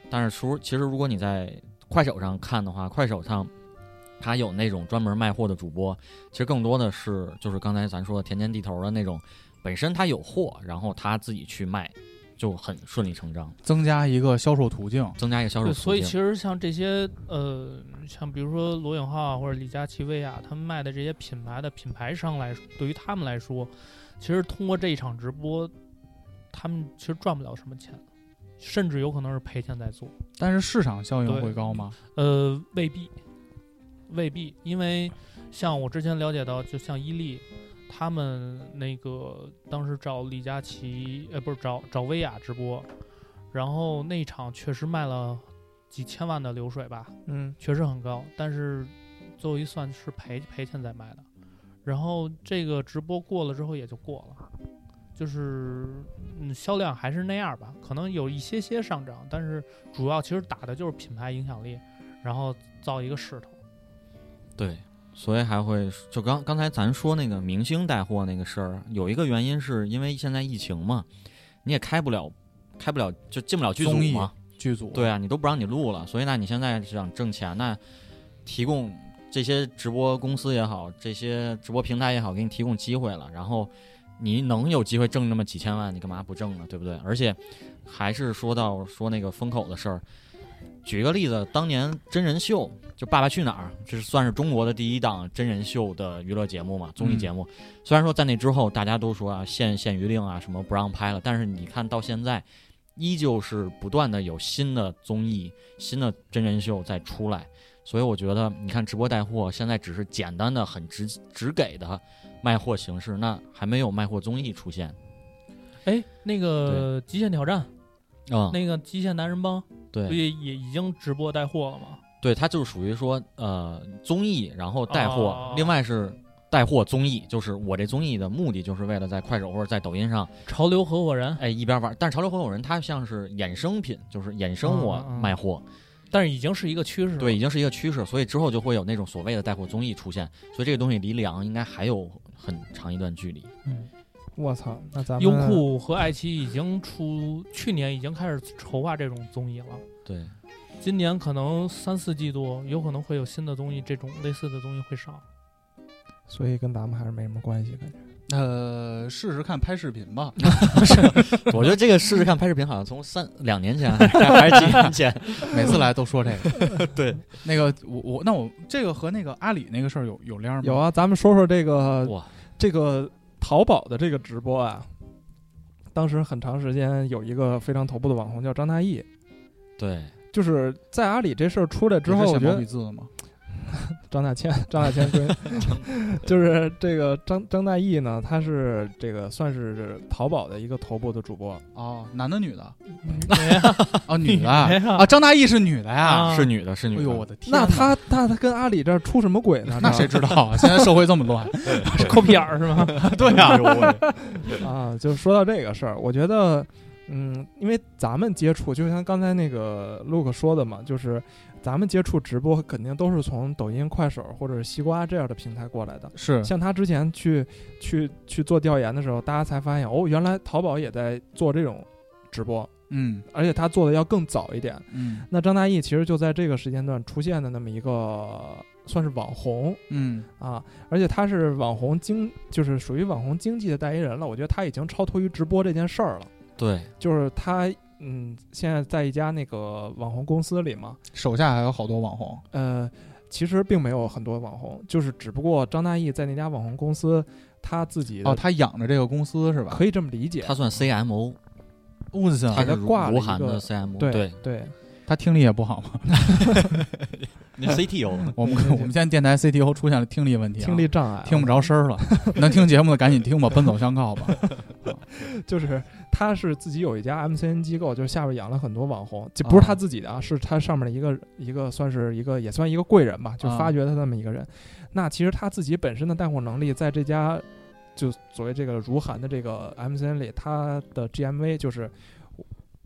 但是说，其实如果你在快手上看的话，快手上它有那种专门卖货的主播，其实更多的是就是刚才咱说的田间地头的那种，本身他有货，然后他自己去卖，就很顺理成章，增加一个销售途径。增加一个销售对，途径。所以其实像这些呃，像比如说罗永浩啊或者李佳琦、薇娅，他们卖的这些品牌的品牌商来说，对于他们来说，其实通过这一场直播，他们其实赚不了什么钱，甚至有可能是赔钱在做。但是市场效应对会高吗？呃，未必，未必，因为像我之前了解到，就像伊利，他们那个当时找李佳琦，呃，不是找找薇娅直播，然后那一场确实卖了几千万的流水吧，嗯，确实很高，但是最后一算是赔赔钱在卖的。然后这个直播过了之后也就过了，就是嗯销量还是那样吧，可能有一些些上涨，但是主要其实打的就是品牌影响力，然后造一个势头。对，所以还会就刚刚才咱说那个明星带货那个事儿，有一个原因是因为现在疫情嘛，你也开不了，开不了就进不了剧组综艺嘛，剧组对啊，你都不让你录了，所以那你现在想挣钱，那提供这些直播公司也好，这些直播平台也好，给你提供机会了，然后你能有机会挣那么几千万，你干嘛不挣呢？对不对？而且还是说到说那个风口的事儿，举一个例子，当年真人秀就《爸爸去哪儿》，这是算是中国的第一档真人秀的娱乐节目嘛，综艺节目。虽然说在那之后大家都说啊限限娱令啊什么不让拍了，但是你看到现在。依旧是不断的有新的综艺、新的真人秀在出来，所以我觉得，你看直播带货现在只是简单的、很直直给的卖货形式，那还没有卖货综艺出现。哎，那个《极限挑战》，嗯，那个《极限男人帮》不对也也已经直播带货了吗？对，它就是属于说呃综艺，然后带货，哦另外是带货综艺，就是我这综艺的目的就是为了在快手或者在抖音上，潮流合伙人，哎一边玩，但是潮流合伙人它像是衍生品，就是衍生我嗯嗯嗯卖货。但是已经是一个趋势了。对，已经是一个趋势，所以之后就会有那种所谓的带货综艺出现，所以这个东西离凉应该还有很长一段距离。我操，那咱们优酷和爱奇艺已经出，去年已经开始筹划这种综艺了。对，今年可能三四季度有可能会有新的综艺，这种类似的综艺会上。所以跟咱们还是没什么关系，感觉。呃，试试看拍视频 (laughs) 吧。我觉得这个试试看拍视频，好像从三两年前还是几年前，每次来都说这个。 (laughs) 对，那个我我那我这个和那个阿里那个事儿有有联儿吗？有，啊，咱们说说这个哇，这个淘宝的这个直播啊，当时很长时间有一个非常头部的网红叫张大奕，对，就是在阿里这事儿出来之也后，是写我觉毛得笔字的吗？张大千，张大千归， (laughs) 就是这个张张大奕呢，他是这个算是淘宝的一个头部的主播，哦，男的女的？ (laughs) 哎呀哦，女的哎呀啊，张大奕是女的呀。啊是女的，是女哎的。呦，我的天哪！那他那他跟阿里这儿出什么鬼呢？那谁知道 (laughs) 啊？现在社会这么乱，抠屁眼儿 (laughs) 是吗？ (laughs) 对呀，知道啊？就说到这个事儿，我觉得，嗯，因为咱们接触，就像刚才那个 Luke 说的嘛，就是咱们接触直播肯定都是从抖音、快手或者是西瓜这样的平台过来的。是像他之前去去去做调研的时候，大家才发现哦，原来淘宝也在做这种直播，嗯而且他做的要更早一点。嗯那张大奕其实就在这个时间段出现的那么一个算是网红嗯啊，而且他是网红经，就是属于网红经济的代言人了。我觉得他已经超脱于直播这件事儿了，对，就是他嗯，现在在一家那个网红公司里嘛，手下还有好多网红，呃，其实并没有很多网红，就是只不过张大奕在那家网红公司，他自己的哦，他养着这个公司是吧？可以这么理解，他算 CMO，我操，他是他挂了吴一晗个的 CMO，对对，他听力也不好 (laughs) 嘛。那 CTO 我们我们现在电台 CTO 出现了听力问题、听力。障碍，听不着声儿 (laughs) 了，能听节目的赶紧听吧，奔走相告吧。就是他是自己有一家 MCN 机构，就是下边养了很多网红，就不是他自己的啊，是他上面的一个一个算是一个也算一个贵人吧，就啊发掘他那么一个人。那其实他自己本身的带货能力，在这家就所谓这个如涵的这个 MCN 里，他的 GMV 就是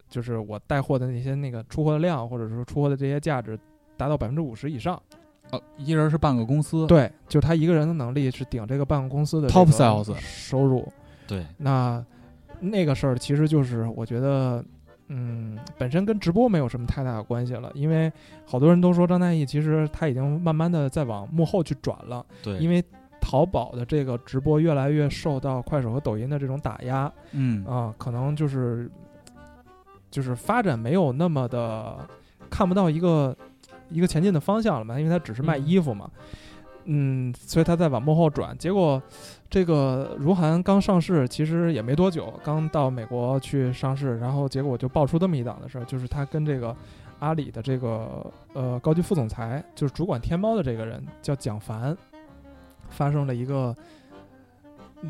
就是我带货的那些那个出货量，或者说出货的这些价值。达到百分之五十以上，哦，一人是半个公司，对，就他一个人的能力是顶这个办公公司的这 Top 个 sales 收入，对那那个事儿其实就是我觉得，嗯，本身跟直播没有什么太大的关系了，因为好多人都说张大奕其实他已经慢慢的在往幕后去转了，对，因为为淘宝的这个直播越来越受到快手和抖音的这种打压啊、嗯，可能就是就是发展没有那么的看不到一个一个前进的方向了嘛，因为他只是卖嗯衣服嘛。嗯，所以他在往幕后转。结果，这个如涵刚上市，其实也没多久，刚到美国去上市，然后结果就爆出这么一档的事儿，就是他跟这个阿里的这个呃高级副总裁，就是主管天猫的这个人叫蒋凡，发生了一个。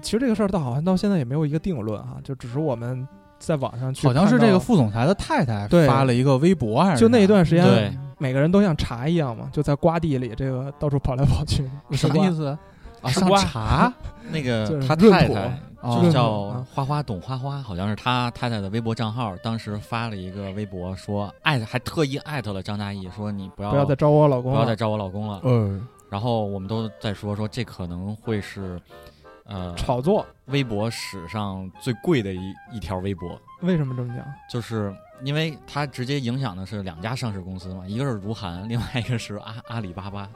其实这个事儿倒好像到现在也没有一个定论啊，就只是我们在网上去好像是看到这个副总裁的太太对发了一个微博，还是就那一段时间，对每个人都像茶一样嘛，就在瓜地里这个到处跑来跑去。 (laughs) 什么意思？啊，吃上瓜 (laughs) 茶那个就是他闰太土太哦就闰土叫啊花花董花花，好像是他太太的微博账号，当时发了一个微博说艾特，还特意艾特了张大奕，说你不要不要再招我老公不了，哦要再找我老公了。呃，然后我们都在说说这可能会是，呃，炒作。微博史上最贵的一一条微博，为什么这么讲？就是因为它直接影响的是两家上市公司嘛，一个是如涵，另外一个是阿阿里巴巴。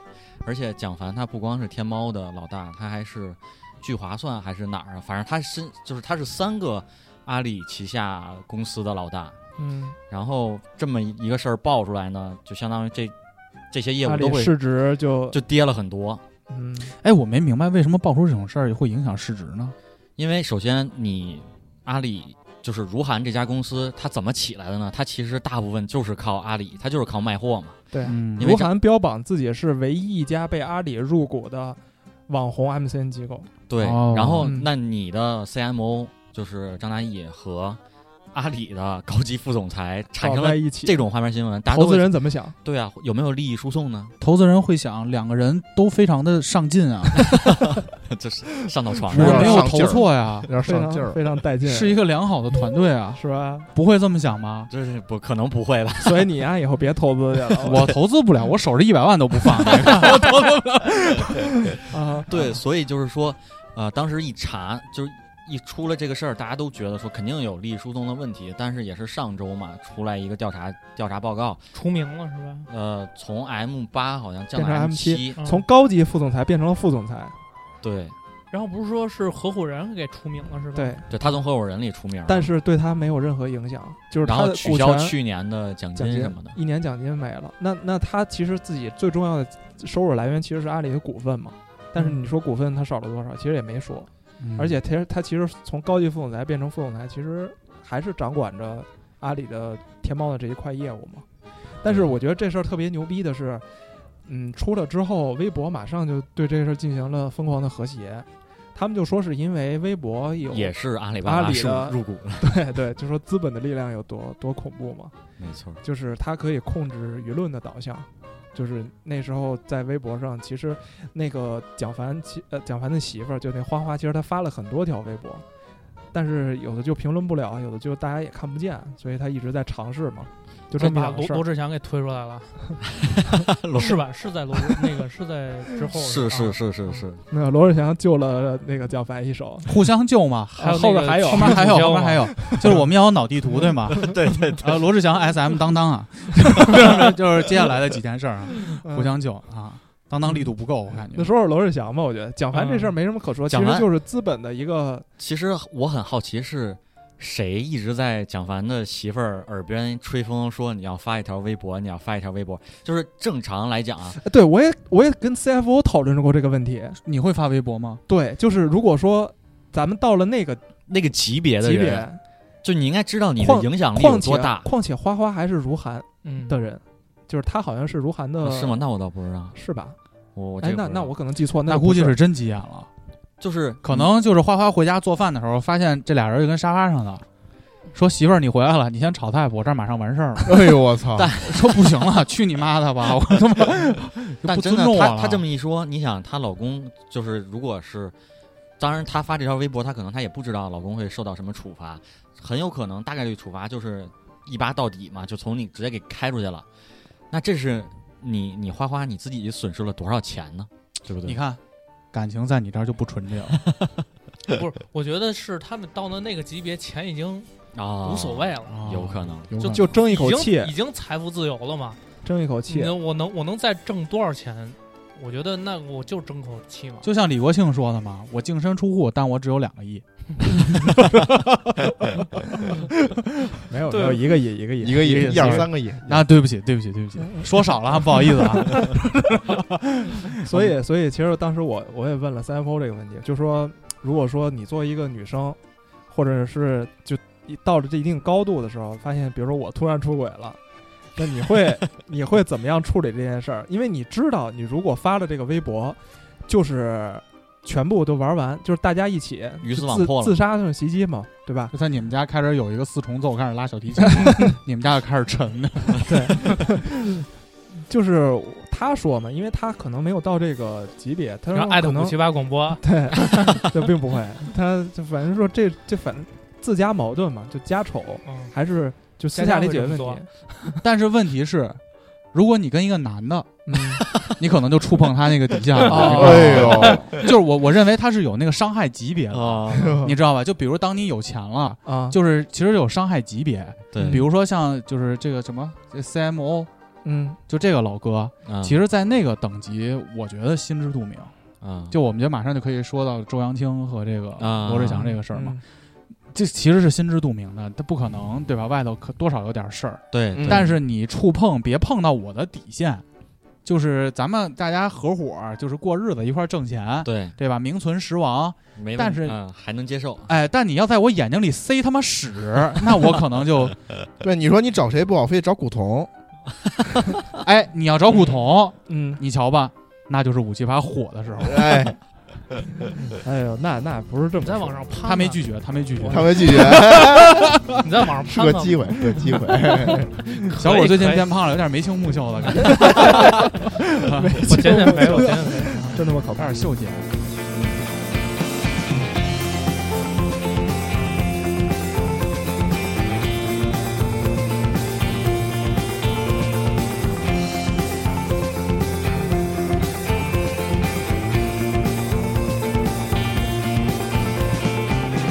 而且蒋凡他不光是天猫的老大，他还是聚划算还是哪儿啊？反正他身就是他是三个阿里旗下公司的老大。嗯，然后这么一个事儿爆出来呢，就相当于这这些业阿务里都会市值就就跌了很多。嗯，哎，我没明白为什么爆出这种事儿会影响市值呢？因为首先你阿里就是如涵这家公司，它怎么起来的呢？它其实大部分就是靠阿里，它就是靠卖货嘛。对。嗯啊因为如涵标榜自己是唯一一家被阿里入股的网红 MCN 机构，对，哦然后、嗯那你的 CMO 就是张大奕和阿里的高级副总裁产搞生在了一起，这种花边新闻，大家都投资会人怎么想？对啊，有没有利益输送呢？ (laughs) 投资人会想，两个人都非常的上进啊，就是上到床我有点上，没有上投劲儿错啊呀有，点非上劲常儿，非常带劲，是一个良好的团队啊，是吧？不会这么想吗？就是不可能不会吧？所以你啊，以后别投资 (laughs) 去了。我投资不了，我手里一百万都不 (laughs) 放，我投资不了。啊，对， (laughs) 所以就是说，呃，当时一查，就是一出了这个事儿，大家都觉得说肯定有利益输送的问题，但是也是上周嘛，出来一个调查调查报告，除名了是吧？呃，从 M 八好像降到变成 M 七，嗯从高级副总裁变成了副总裁，嗯对，然后不是说是合伙人给除名了是吧？对，对，他从合伙人里出名了，但是对他没有任何影响，就是然他后的取股消权去年的奖奖金金什么的，一年奖金没了。那那他其实自己最重要的收入来源其实是阿里的股份嘛。但嗯是你说股份他少了多少，其实也没说。嗯而且其实他其实从高级副总裁变成副总裁，其实还是掌管着阿里的天猫的这一块业务嘛。但是我觉得这事儿特别牛逼的是，嗯，出了之后，微博马上就对这个事儿进行了疯狂的和谐。他们就说是因为微博有也是阿里巴阿巴里是的入股了，对对，就说资本的力量有多多恐怖嘛。没错，就是它可以控制舆论的导向。就是那时候在微博上，其实那个蒋凡其呃蒋凡的媳妇儿就那花花，其实她发了很多条微博，但是有的就评论不了，有的就大家也看不见，所以她一直在尝试嘛，就这么把两个罗事罗儿。志祥给推出 (laughs) 来了，罗是吧？是在罗志那个是在之后是是是吧是嗯是是，那个罗志祥救了那个蒋凡一手，互相救嘛，啊还有后那边个还有后曲面还楚有，萧后面嘛还有，就是我们要有脑地图对吗？ (laughs) 对对对，呃，罗 (laughs) 志祥 S M 当当啊，就是就是接下来的几件事儿啊，互相救啊。当当力度不够，我感觉嗯那。说说罗志祥吧，我觉得蒋凡这事儿嗯没什么可说，其蒋实凡就是资本的一个其实我很好奇是谁一直在蒋凡的媳妇儿耳边吹风说你要发一条微博，你要发一条微博。就是正常来 (laughs) 讲啊，哎对我也我也跟 CFO 讨论过这个问题。你会发微博吗？对，就是如果说咱们到了那个那个级别的级人，别，就你应该知道你的况影响力有况多且大，况且花花还是如涵嗯，的人，就是他好像是如涵的，啊是吗？？那我倒不知道，是吧？我我这呃哎，个不那知那道我可能记错，那个估计不是是真急眼了，就是可能就是花花回家做饭的时候，发现这俩人就跟沙发上的，说媳妇儿你回来了，你先炒菜吧，我这儿马上完事儿了。哎呦我操！但说不行了，去你妈的吧，我他妈就但不真尊的重，我啊她了。她这么一说，你想她老公就是如果是，当然她发这条微博，她可能她也不知道老公会受到什么处罚，很有可能大概率处罚就是一巴到底嘛，就从你直接给开出去了。那这是你你花花你自己损失了多少钱呢？对不对？你看，感情在你这儿就不纯洁了。不是，我觉得是他们到了那个级别，钱已经啊，无所谓了，啊有可能。有就可就争一口已气经已，经财富自由了嘛。争一口气嗯那。我能我能再挣多少钱？我觉得那我就争口气嘛。就像李国庆说的嘛，我净身出户，但我只有两个亿。没有没对有一个亿一个亿能一个亿，一样三个亿，啊，对不起，对不起，对不起，说少了啊，不好意思啊。 (laughs) 所以，所以其实当时我我也问了 CFO 这个问题，就说如果说你作为一个女生，或者是就一到了这一定高度的时候，发现比如说我突然出轨了，那你 (laughs) 会你会怎么样处理这件事儿？因为你知道，你如果发了这个微博，就是全部都玩完，就是大家一起鱼死就网自破了嗯自杀性袭击嘛，对吧？就在你们家开始有一个四重奏，开始拉小提琴，你们家就开始沉了。就是他说嘛，因为他可能没有到这个级别，他然说后艾特可能五七八广播，对， (laughs) 这并不会。他就反正说这这反正自家矛盾嘛，就家丑，嗯，还是就私家下家里会解决这问么题做。但是问题是，如果你跟一个男的，嗯，你可能就触碰他那个底线哦了。哎呦， (laughs) 就是我我认为他是有那个伤害级别的，啊， (laughs) 你知道吧？就比如当你有钱了，啊，就是其实有伤害级别，对，比如说像就是这个什么这 CMO，嗯，就这个老哥，嗯其实，在那个等级，我觉得心知肚明。啊，就我们觉得马上就可以说到周扬青和这个啊罗志祥这个事儿嗯嘛，这其实是心知肚明的，他不可能对吧？外头可多少有点事儿，对，嗯对但是你触碰别碰到我的底线，就是咱们大家合伙儿，就是过日子一块儿挣钱，对，对吧？名存实亡，没问但是嗯还能接受。哎，但你要在我眼睛里塞他妈屎， (laughs) 那我可能就对，你说你找谁不好，非得找古潼，哎，你要找古潼，嗯，你瞧吧，那就是五七八火的时候，哎，嗯哎呦，那那不是这么你在说网上，攀，他没拒，绝，他没拒绝。他们拒绝， (laughs) 你在网上是攀个吧机会，是个机 (laughs) 会。小伙可以最近可以变胖了，有点眉清目秀的感觉，我减减肥，我减 (laughs) 减肥。真他妈可有怕。点秀气。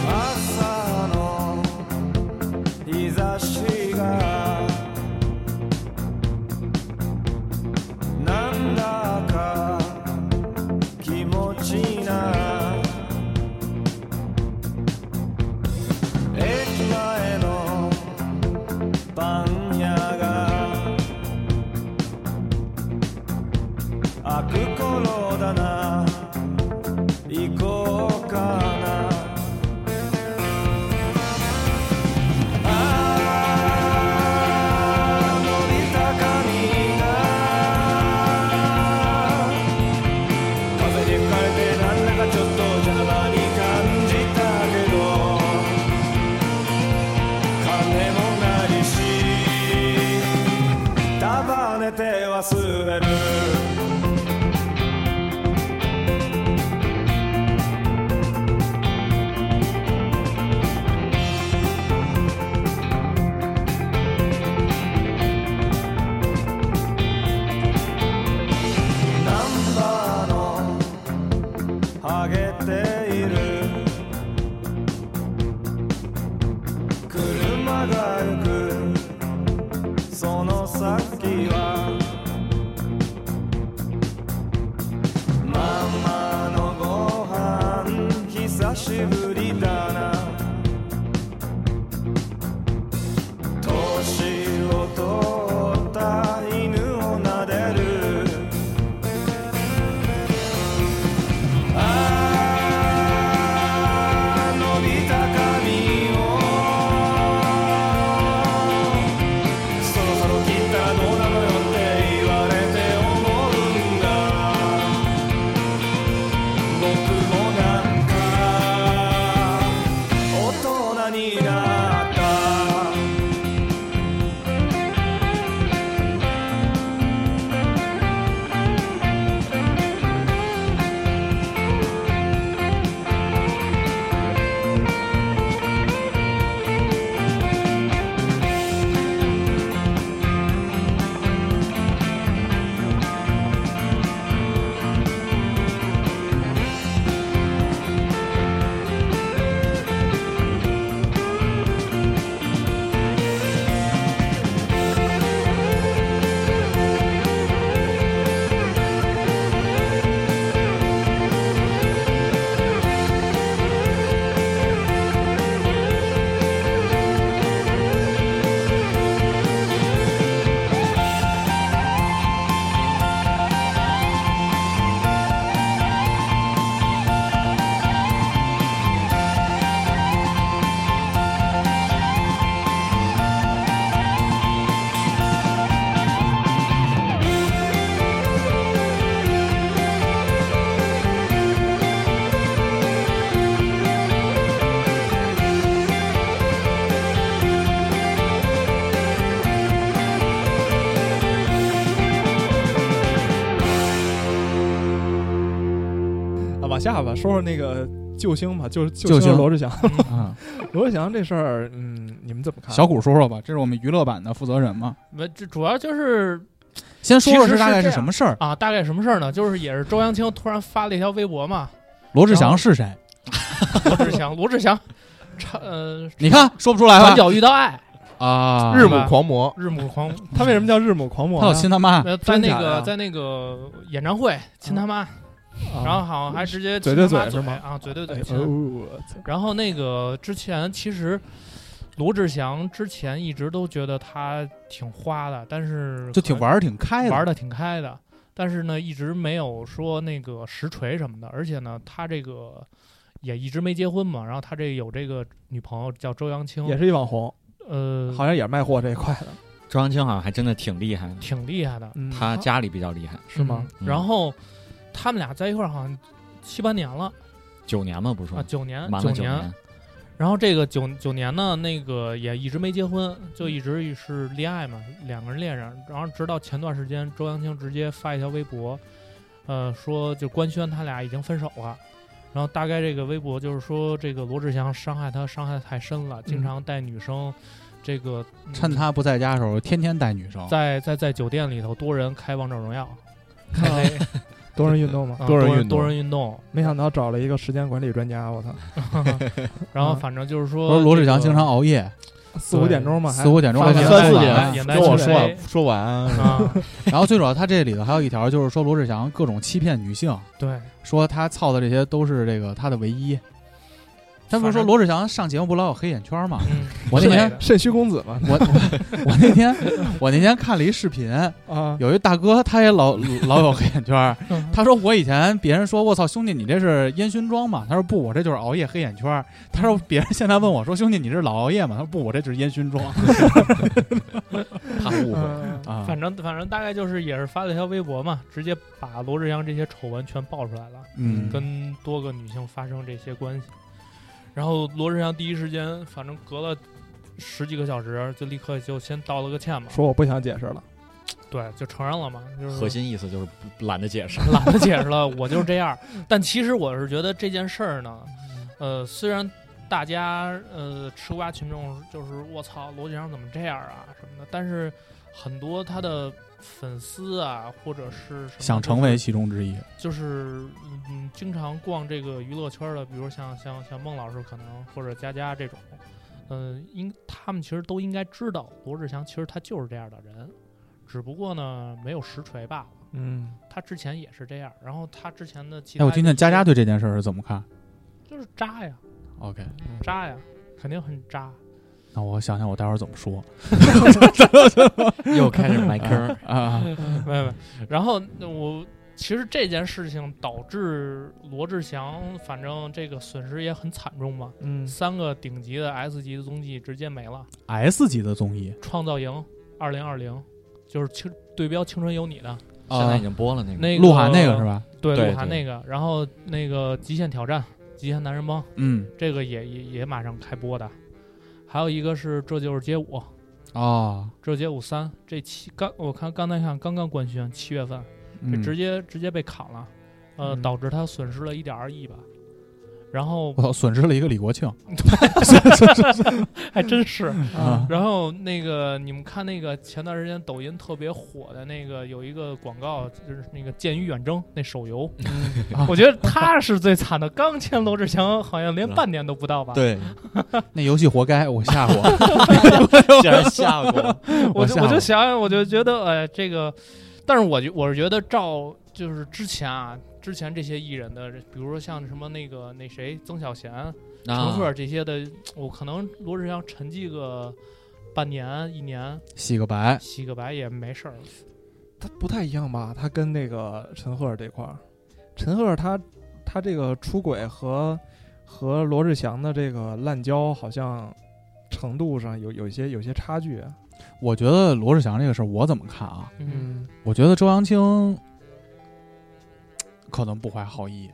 朝の日差しがなんだか気持ちいいな駅前のパン屋が開く頃だな行こうかなああ「伸びた髪が風に吹かれてなんだかちょっと邪魔に感じたけど」「金もないし束ねて忘れる」「しぶりだな年を取った犬を撫でるああ伸びた髪をそろそろ切ったらどうなのよって言われて思うんだ僕もなんか大人になった啊，往下吧，说说那个救星吧，就是救星罗志祥。啊，罗志祥这事儿，嗯，你们怎么看？小谷说说吧，这是我们娱乐版的负责人嘛。没，这主要就是先说说其实是大概这样是什么事儿？啊，大概什么事儿呢？就是也是周扬青突然发了一条微博嘛，罗志祥是谁？罗志祥，罗志祥，唱呃，你看说不哎出来转吧？角遇到爱，啊，日是母吧狂魔，日暮 (laughs) 狂，他为什么叫日母狂魔他呢？有亲他妈，呃在真假那的个呀在那个演唱会亲他妈，啊然后好像还直接嘴亲对他妈嘴是吗啊，嘴对哎嘴亲。呦我操然后那个之前其实罗志祥之前一直都觉得他挺花的，但是就挺可玩儿挺开的，玩的挺开的，但是呢一直没有说那个实锤什么的，而且呢他这个也一直没结婚嘛，然后他这有这个女朋友叫周扬青，也是一网红，呃好像也是卖货这一块的，周扬青好像还真的挺厉害的，挺厉害的，嗯他家里比较厉害，是吗？嗯然后他们俩在一块儿好像七八年了九年嘛不是啊，说九年，瞒九了九年，然后这个九九年呢，那个也一直没结婚，就一直是恋爱嘛，两个人恋上。然后直到前段时间，周扬青直接发一条微博，呃，说就官宣他俩已经分手了。然后大概这个微博就是说，这个罗志祥伤害他伤害得太深了，经常带女生，这个、嗯趁他不在家的时候，天天带女生。在在在酒店里头多人开王者荣耀，开黑多人运动嘛。啊多人运动多人运动，没想到找了一个时间管理专家，我操，然后反正就是说、说罗志祥这经个常熬夜，四五点钟嘛，还四五点钟发还现能三出四来眼点眼跟袋我起说飞晚说晚安，啊，然后最主要，他这里头还有一条就是说罗志祥各种欺骗女性，对，说他操的这些都是这个他的唯一。他不是反说正罗志祥上节目不老有黑眼圈吗？嗯，我那之类天的肾虚公子 (laughs) 嘛我我我那天我那天看了一视频，啊，有一大哥他也老老有黑眼 (laughs) 圈，嗯他说我以前别人说我操兄弟你这是烟熏妆嘛，他说不我这就是熬夜黑眼圈，他说别人现在问我说兄弟你这是老熬夜嘛，他说不我这就是烟 (laughs) 熏妆怕误会。嗯啊，反正反正大概就是也是发了一条微博嘛，直接把罗志祥这些丑闻全爆出来了，嗯跟多个女性发生这些关系。然后罗志祥第一时间，反正隔了十几个小时，就立刻就先道了个歉嘛，说我不想解释了，对，就承认了嘛，就是核心意思就是不懒得解释， (laughs) 懒得解释了，我就是这样。但其实我是觉得这件事儿呢，呃，虽然大家呃吃瓜群众就是我操罗志祥怎么这样啊什么的，但是很多他的粉丝啊，或者是什么想成为其中之一，就是嗯，经常逛这个娱乐圈儿的，比如像像像孟老师可能或者佳佳这种，嗯、应他们其实都应该知道罗志祥其实他就是这样的人，只不过呢没有实锤罢了。嗯，他之前也是这样，然后他之前的其他哎，的一我些，听听佳佳对这件事儿是怎么看？就是渣呀， OK，嗯渣呀，肯定很渣。 (laughs) 那我想想我待会儿怎么说 (laughs) 又开始埋坑。啊？没有没有。然后那我其实这件事情导致罗志祥，反正这个损失也很惨重嘛。嗯三个顶级的 S 级的综艺直接没了，啊 S 级的综艺《创造营》《二零二零》，就是青对标《青春有你》的啊现在已经播了啊 (laughs) 那个，那个鹿晗那个是？吧？对，嗯对鹿晗对那个，然后那个《极限挑战》《极限男人帮》嗯这个也也也马上开播的，还有一个是《这就是街舞》《哦，这街舞三》，这七刚我看刚才看刚刚官宣七月份。这嗯直接直接被砍了，呃，嗯导致他损失了一点二亿吧。然后我操，损失了一个李国庆 (laughs) 还真是，嗯啊！然后那个你们看那个前段时间抖音特别火的那个有一个广告，就是那个《剑与远征》那手游，(laughs) 啊我觉得他是最惨的。刚签罗志祥好像连半年都不到吧？，对，那游戏活该，我 (laughs) 吓过。竟然下 (laughs) 过， (laughs) 我就吓我就了想想，我就觉得哎，这个，但是我就我是觉得照就是之前啊，之前这些艺人的，比如说像什么那个那谁曾小贤，乘客啊，这些的，我可能罗志祥沉寂个半年一年，洗个哎白，洗个白也没事儿。他不太一样吧？他跟那个陈赫尔这块儿，陈赫尔他他这个出轨和和罗志祥的这个滥交好像程度上有有一些有些差距。啊我觉得罗志祥这个事儿我怎么看啊？嗯，我觉得周扬青可能不怀好意。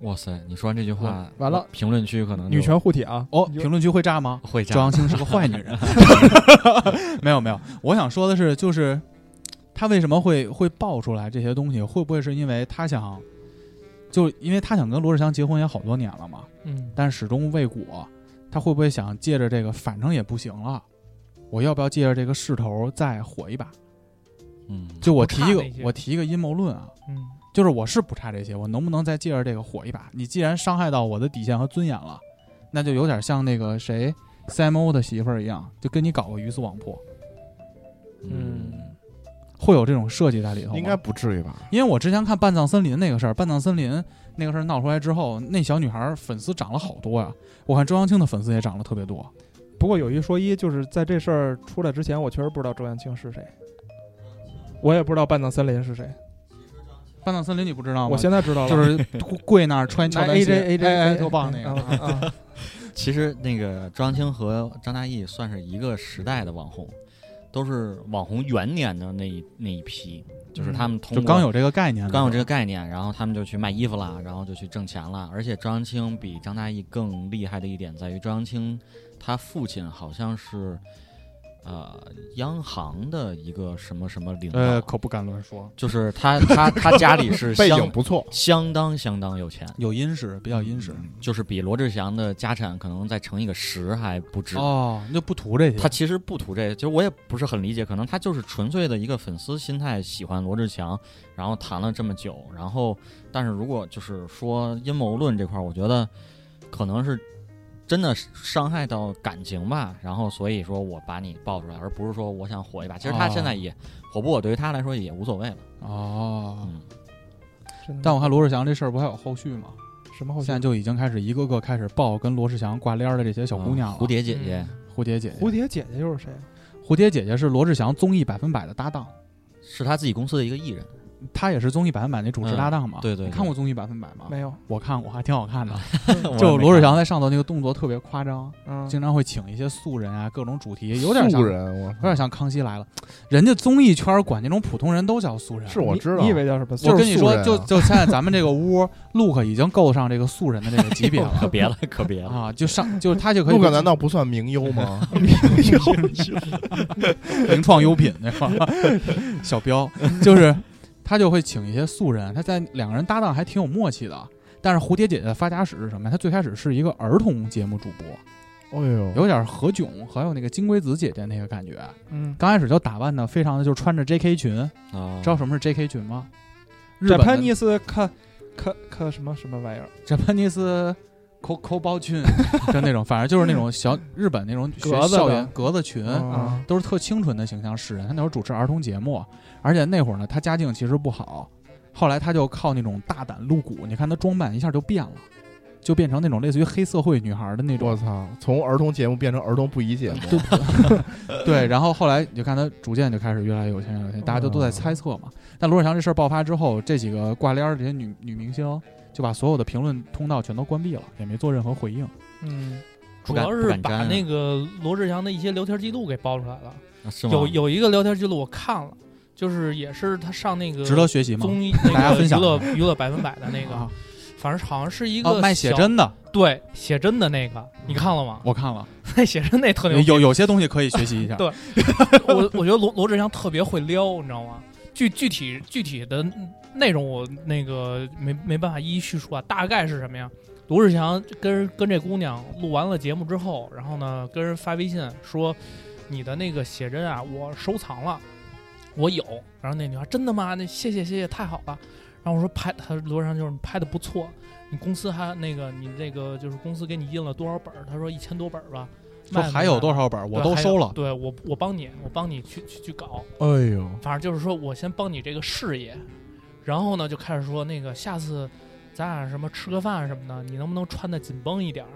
哇塞！你说完这句话嗯，完了评论区嗯可能就女权护体啊！哦，评论区会炸吗？会周炸扬。青是个坏女 (laughs) 人。没有没有，我想说的是，就是他为什么会会爆出来这些东西，会不会是因为他想，就因为他想跟罗志祥结婚也好多年了嘛，嗯，但始终未果，他会不会想借着这个，反正也不行了，我要不要借着这个势头再火一把？嗯，就我提一不差那些个，我提一个阴谋论啊，嗯，就是我是不差这些，我能不能再借着这个火一把？你既然伤害到我的底线和尊严了，那就有点像那个谁 CMO 的媳妇儿一样，就跟你搞个鱼死网破，嗯，会有这种设计在里头吗应该，不至于吧？因为我之前看《半藏森林》那个事儿，《半藏森林》那个事儿闹出来之后，那小女孩儿粉丝涨了好多呀、我看周扬青的粉丝也涨了特别多。不过有一说一，就是在这事儿出来之前，我确实不知道周扬青是谁，我也不知道半藏森林是谁。 《半藏森林》你不知道吗？我现在知道了，啊就是跪那儿 (laughs) 穿乔拿丹鞋 A J A J 嗯啊哎哎特棒那个。个。其实那个周扬青和张大奕算是一个时代的网红，都是网红元年的那一那一批，就是他们通就过刚有这个概嗯念，刚有这个概念，然后他们就去卖衣服啦，然后就去挣钱啦。而且周扬青比张大奕更厉害的一点在于，周扬青他父亲好像是呃央行的一个什么什么领导，呃，可不敢乱说，就是 (laughs) 他他他家里是背相景不嗯错，相当相当有钱，有殷实，比较殷实。就是比罗志祥的家产可能再乘以个十还不止。哦，那不图这些，他其实不图这个，其实我也不是很理解，可能他就是纯粹的一个粉丝心态，喜欢罗志祥，然后谈了这么久，然后但是如果就是说阴谋论这块儿，我觉得可能是真的伤害到感情吧，然后所以说我把你爆出来，而不是说我想火一把。其实他哦现在也、火不火，对于他来说也无所谓了。哦。嗯，真的但我看罗志祥这事儿不还有后续吗？什么后续现在就已经开始一个个开始爆跟罗志祥挂链儿的这些小姑娘了。嗯蝴蝶姐姐、蝴蝶姐蝴姐，蝶姐姐又是谁？蝴蝶姐姐是罗志祥综艺百分百的搭档，是他自己公司的一个艺 (laughs) 人，她也是综艺百分百那主持搭档嘛。嗯对对对你看过综艺百分百吗？没有，我看过，还挺 (laughs) 好看的。我就也没罗志看祥在上头那个动作特别夸张，嗯，经常会请一些素人啊，各种主题，有点像素，人，我有点像《康熙来了》，人家综艺圈儿管那种普通人都叫素人。 (laughs) 是我你知道你以为叫什么？我就是跟你素说，人啊 (laughs) 就就现在咱们这个屋，Look 已经够上这个素人的这个级别了。哎可别了，可别了。啊，就上就是他就可以陆哥难道不算名优吗？名创优品那块儿 (laughs) 小标，就是他就会请一些素人，他在两个人搭档还挺有默契的。但是蝴蝶姐姐的发家史是什么呀？她最开始是一个儿童节目主播，哎呦，有点何炅还有那个金龟子姐姐那个感觉。嗯，刚开始就打扮的非常的，就穿着 J.K. 裙，啊知道什么是 J.K. 裙吗？日本的 Japanese 看看看什么什么玩意儿？ Japanese 扣扣包裙， (laughs) 就那种，反正就是那种小日本那种学格子的校园格子裙，啊，都是特清纯的形象示人。他那会儿主持儿童节目，而且那会儿呢，他家境其实不好，后来他就靠那种大胆露骨，你看他装扮一下就变了，就变成那种类似于黑社会女孩的 (laughs) 那 (laughs) 种我操，从儿童节目变成儿童不宜节目，对，然后后来你就看他逐渐就开始越来越有钱，越来越有钱，大家就都在猜测嗯嘛。但罗志祥这事儿爆发之后，这几个挂帘儿这些女女明星就把所有的评论通道全都关闭了，也没做任何回应。嗯，不主敢要不是敢把沾那个罗志祥的一些聊天记录给爆出来了。啊是吗？有有一个聊天记录我看了，就是也是他上那个值得学习吗？综艺大那家个分娱享乐娱乐百分百的那个啊，，反正好像是一哦，个卖写小真的，对写真的那个，你看了吗？ (laughs) 我看了，那写真那特牛逼，有有些东西可以学习一下。 (laughs) 对我我觉得罗罗志祥特别会撩，你知道吗？具具体具体的内容我那个没没办法一一叙述啊，大概是什么呀？罗志祥跟跟这姑娘录完了节目之后，然后呢跟人发微信说，你的那个写真啊，我收藏了，我有。然后那女孩真的吗？那谢谢谢谢，太好了。然后我说拍他罗志祥就是你拍的不错，你公司还那个你那个就是公司给你印了多少本儿？他说一千多本儿吧。说卖了还卖有了多少本儿我对都还收有了，对我，我帮你，我帮你去去去搞。哎呦，反正就是说我先帮你这个事业，然后呢就开始说那个下次咱俩什么吃个饭什么的，你能不能穿的紧绷一点儿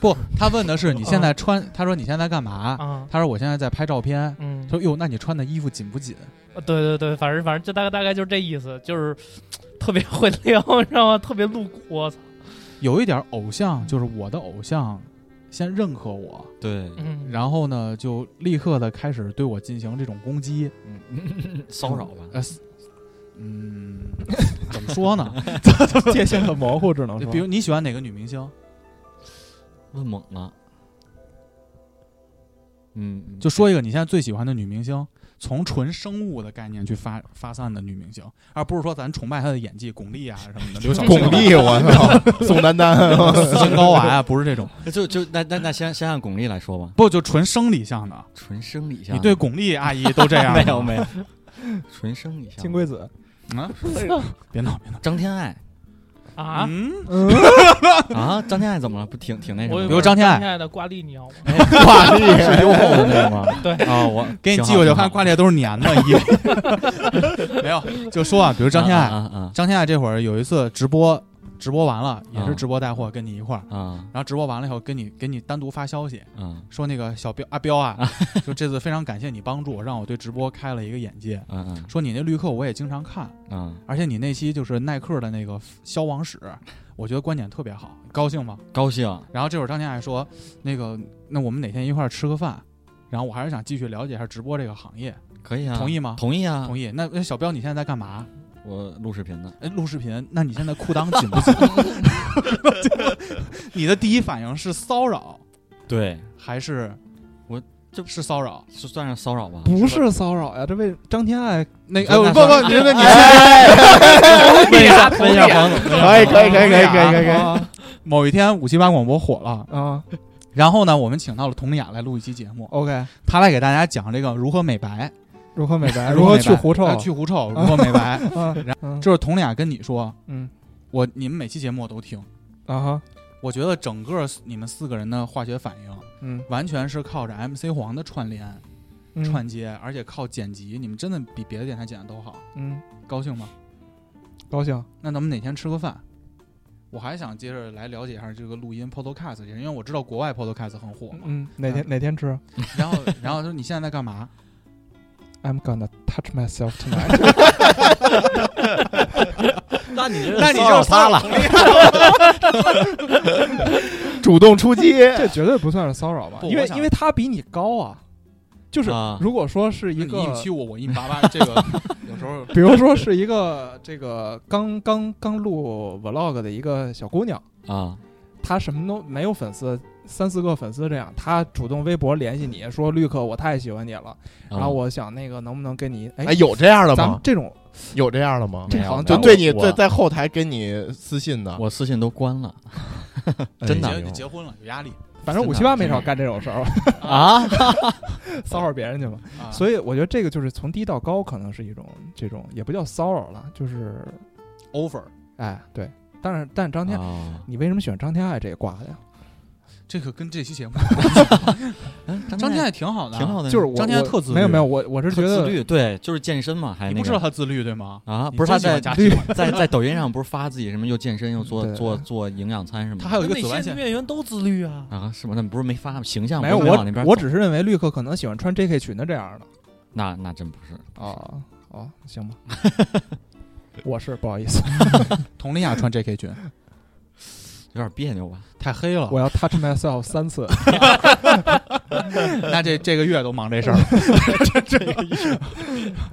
不，他问的是你现在穿，他说你现在干嘛？啊？他说我现在在拍照片。嗯他，说哟，那你穿的衣服紧不紧？呃对对对，反正反正就大概大概就是这意思，就是 (sniffs) 特别会撩， (laughs) 你知道吗？特别露骨，我操，有一点偶像，就是我的偶像，先认可我，对嗯，然后呢，就立刻的开始对我进行这种攻击。嗯骚扰吧，呃，是嗯， (laughs) 怎么说呢？界限很模糊，只能说比如你喜欢哪个女明星，问懵了。啊嗯，就说一个你现在最喜欢的女明星，从纯生物的概念去发发散的女明星，而不是说咱崇拜她的演技，巩俐啊什么的， (laughs) 刘晓庆巩俐，我操，啊宋丹丹，身高娃啊，不是这种，就就那那那先先按巩俐来说吧，不就纯生理上的。啊纯生理下，你对巩俐阿姨都这 (laughs) 样没有没有，纯生理下金龟子有啊？ (laughs) 别闹别闹张天爱啊，嗯，啊，张天爱怎么了？不挺挺那什我么有的？比如张天爱爱的挂历 (laughs) 你要吗？ (laughs) 挂历啊是优厚的那个 (laughs) 吗？对啊，我给你挺好寄过去，挺我好看挂历都是粘的，衣服 (laughs) 没有。就说啊，比如张天啊爱，啊张天爱这会儿有一次直播，直播完了也是直播带货，跟你一块儿。啊啊然后直播完了以后，给你给你单独发消息，啊说那个小彪阿彪啊，说这次非常感谢你帮助，让我对直播开了一个眼界。啊啊说你那绿客我也经常看，啊！而且你那期就是耐克的那个消亡史，我觉得观点特别好，高兴吗？高兴然后这会儿张天爱说，那个那我们哪天一块儿吃个饭？然后我还是想继续了解一下直播这个行业，可以啊，同意吗同意啊，同意。那那小彪你现在在干嘛？我录视频呢。哎，录视频，那你现在裤裆紧不紧？ (laughs) 你的第一反应是骚扰对，还是我这是骚扰？是算是骚扰吧？不是骚扰呀，这为张天爱那哎哎，我不不不，不你那你 (laughs) 问一下，问一下黄总，可以可以可以可以可以可以可以，啊某一天五七八广播火了，啊然后呢，我们请到了佟丽娅来录一期节目， ，OK，她来给大家讲这个如何美白，如何美 (laughs) 白，如何美白去狐臭哎，去狐臭，如何美白。啊，就是佟丽娅跟你说，嗯我你们每期节目我都听，啊哈，我觉得整个你们四个人的化学反应嗯，完全是靠着 MC 黄的串联嗯，串接，而且靠剪辑，你们真的比别的电台剪的都好，嗯，高兴吗？高兴，那咱们哪天吃个饭？我还想接着来了解一下这个录音 Podcast 这些，因为我知道国外 Podcast 很火嘛。嗯，哪天哪天吃 (laughs) 然后，然后说你现在在干嘛？ ？I'm gonna touch myself (laughs) tonight。那你这那你就他了，主动出击， (laughs) 这绝对不算是骚扰吧？不因为我想因为他比你高啊，就是啊如果说是你 (laughs) 一一个米七五，我一米八 (laughs) 八，这个有时候比如说是一个这个刚刚刚录 vlog 的一个小姑娘，啊，她什么都没有粉丝，三四个粉丝这样，她主动微博联系你说绿客我太喜欢你了，然后我想那个能不能跟你哎哎，有这样的咱们吗？这种有这样的吗？这没有好像没就有对你我在在后台跟你私信的，我私信都关了， (laughs) 哎真结的结婚了有压力反正真的五七八没少干这种事儿吧，啊， (laughs) 骚扰别人去嘛。啊。以所以我觉得这个就是从低到高，可能是一种这种也不叫骚扰了，就是 over 哎对，但是但张天，啊你为什么选张天爱这个挂的呀？这个跟这 (laughs) 期节目，嗯，张天爱挺好的，啊挺好的，啊就是我张天爱我特自律没有没有，我我是觉特自得律，对，就是健身嘛，还你那不知道个他自律对吗？啊，你不是他真喜欢在加戏在在抖音上不是发自己什么又健身又做对啊做做营养餐什么的，他还有一个紫那外些线女。演员都自律啊，啊是吗？那不是没发吗形象没有不是往那我边我走只是认为绿客可能喜欢穿 J K 裙的这样的那那真不是啊哦，行吧，我是不好意思，佟丽娅穿 J K 裙有点别扭吧？太黑了，我要 touch myself 三次，啊那这这个月都忙这事儿了。 (laughs)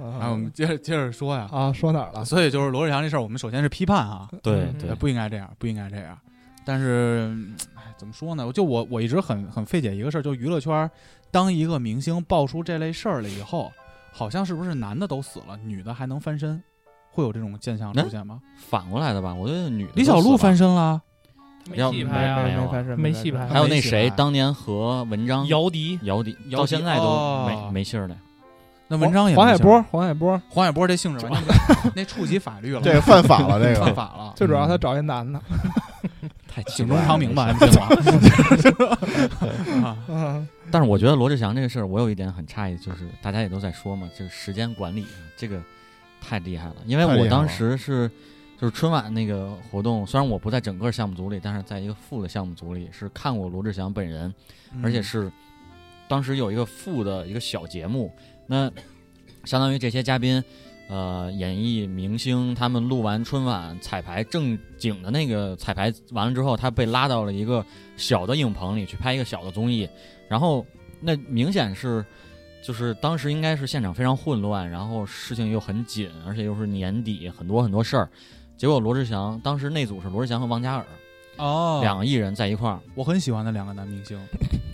啊，我啊们接着接着说呀。啊，说哪儿啊，了？所以就是罗志祥这事儿，我们首先是批判啊，对嗯对呃，不应该这样，不应该这样。但是，嗯哎，怎么说呢？我就我我一直很很费解一个事儿，就娱乐圈儿，当一个明星爆出这类事儿了以后，好像是不是男的都死了，女的还能翻身？会有这种现象出现吗？反过来的吧？我觉得女的李小都死璐了翻身了，没要戏没拍没啊，有啊翻身，没翻戏身拍还有那没戏谁拍当年和文章姚笛，姚笛姚到笛现在都哦没没信儿呢。那文章也黄没海信儿波，，黄海波，黄海波这性质完全不那触及法律了，这个犯法了，这犯个法了。最主要他找一男的，太警钟长鸣吧，安静了。啊嗯，但是我觉得罗志祥这个事儿，我有一点很诧异，就是大家也都在说嘛，这个时间管理啊这个太厉害了。因为太厉害我了当时是就是春晚那个活动，虽然我不在整个项目组里，但是在一个副的项目组里是看过罗志祥本人，嗯而且是当时有一个副的一个小节目，那相当于这些嘉宾。呃，演艺明星他们录完春晚彩排正经的那个彩排完了之后，他被拉到了一个小的影棚里去拍一个小的综艺，然后那明显是，就是当时应该是现场非常混乱，然后事情又很紧，而且又是年底，很多很多事儿。结果罗志祥当时那组是罗志祥和王嘉尔、哦，两个嗯艺人在一块儿，我很喜欢的两个男明星，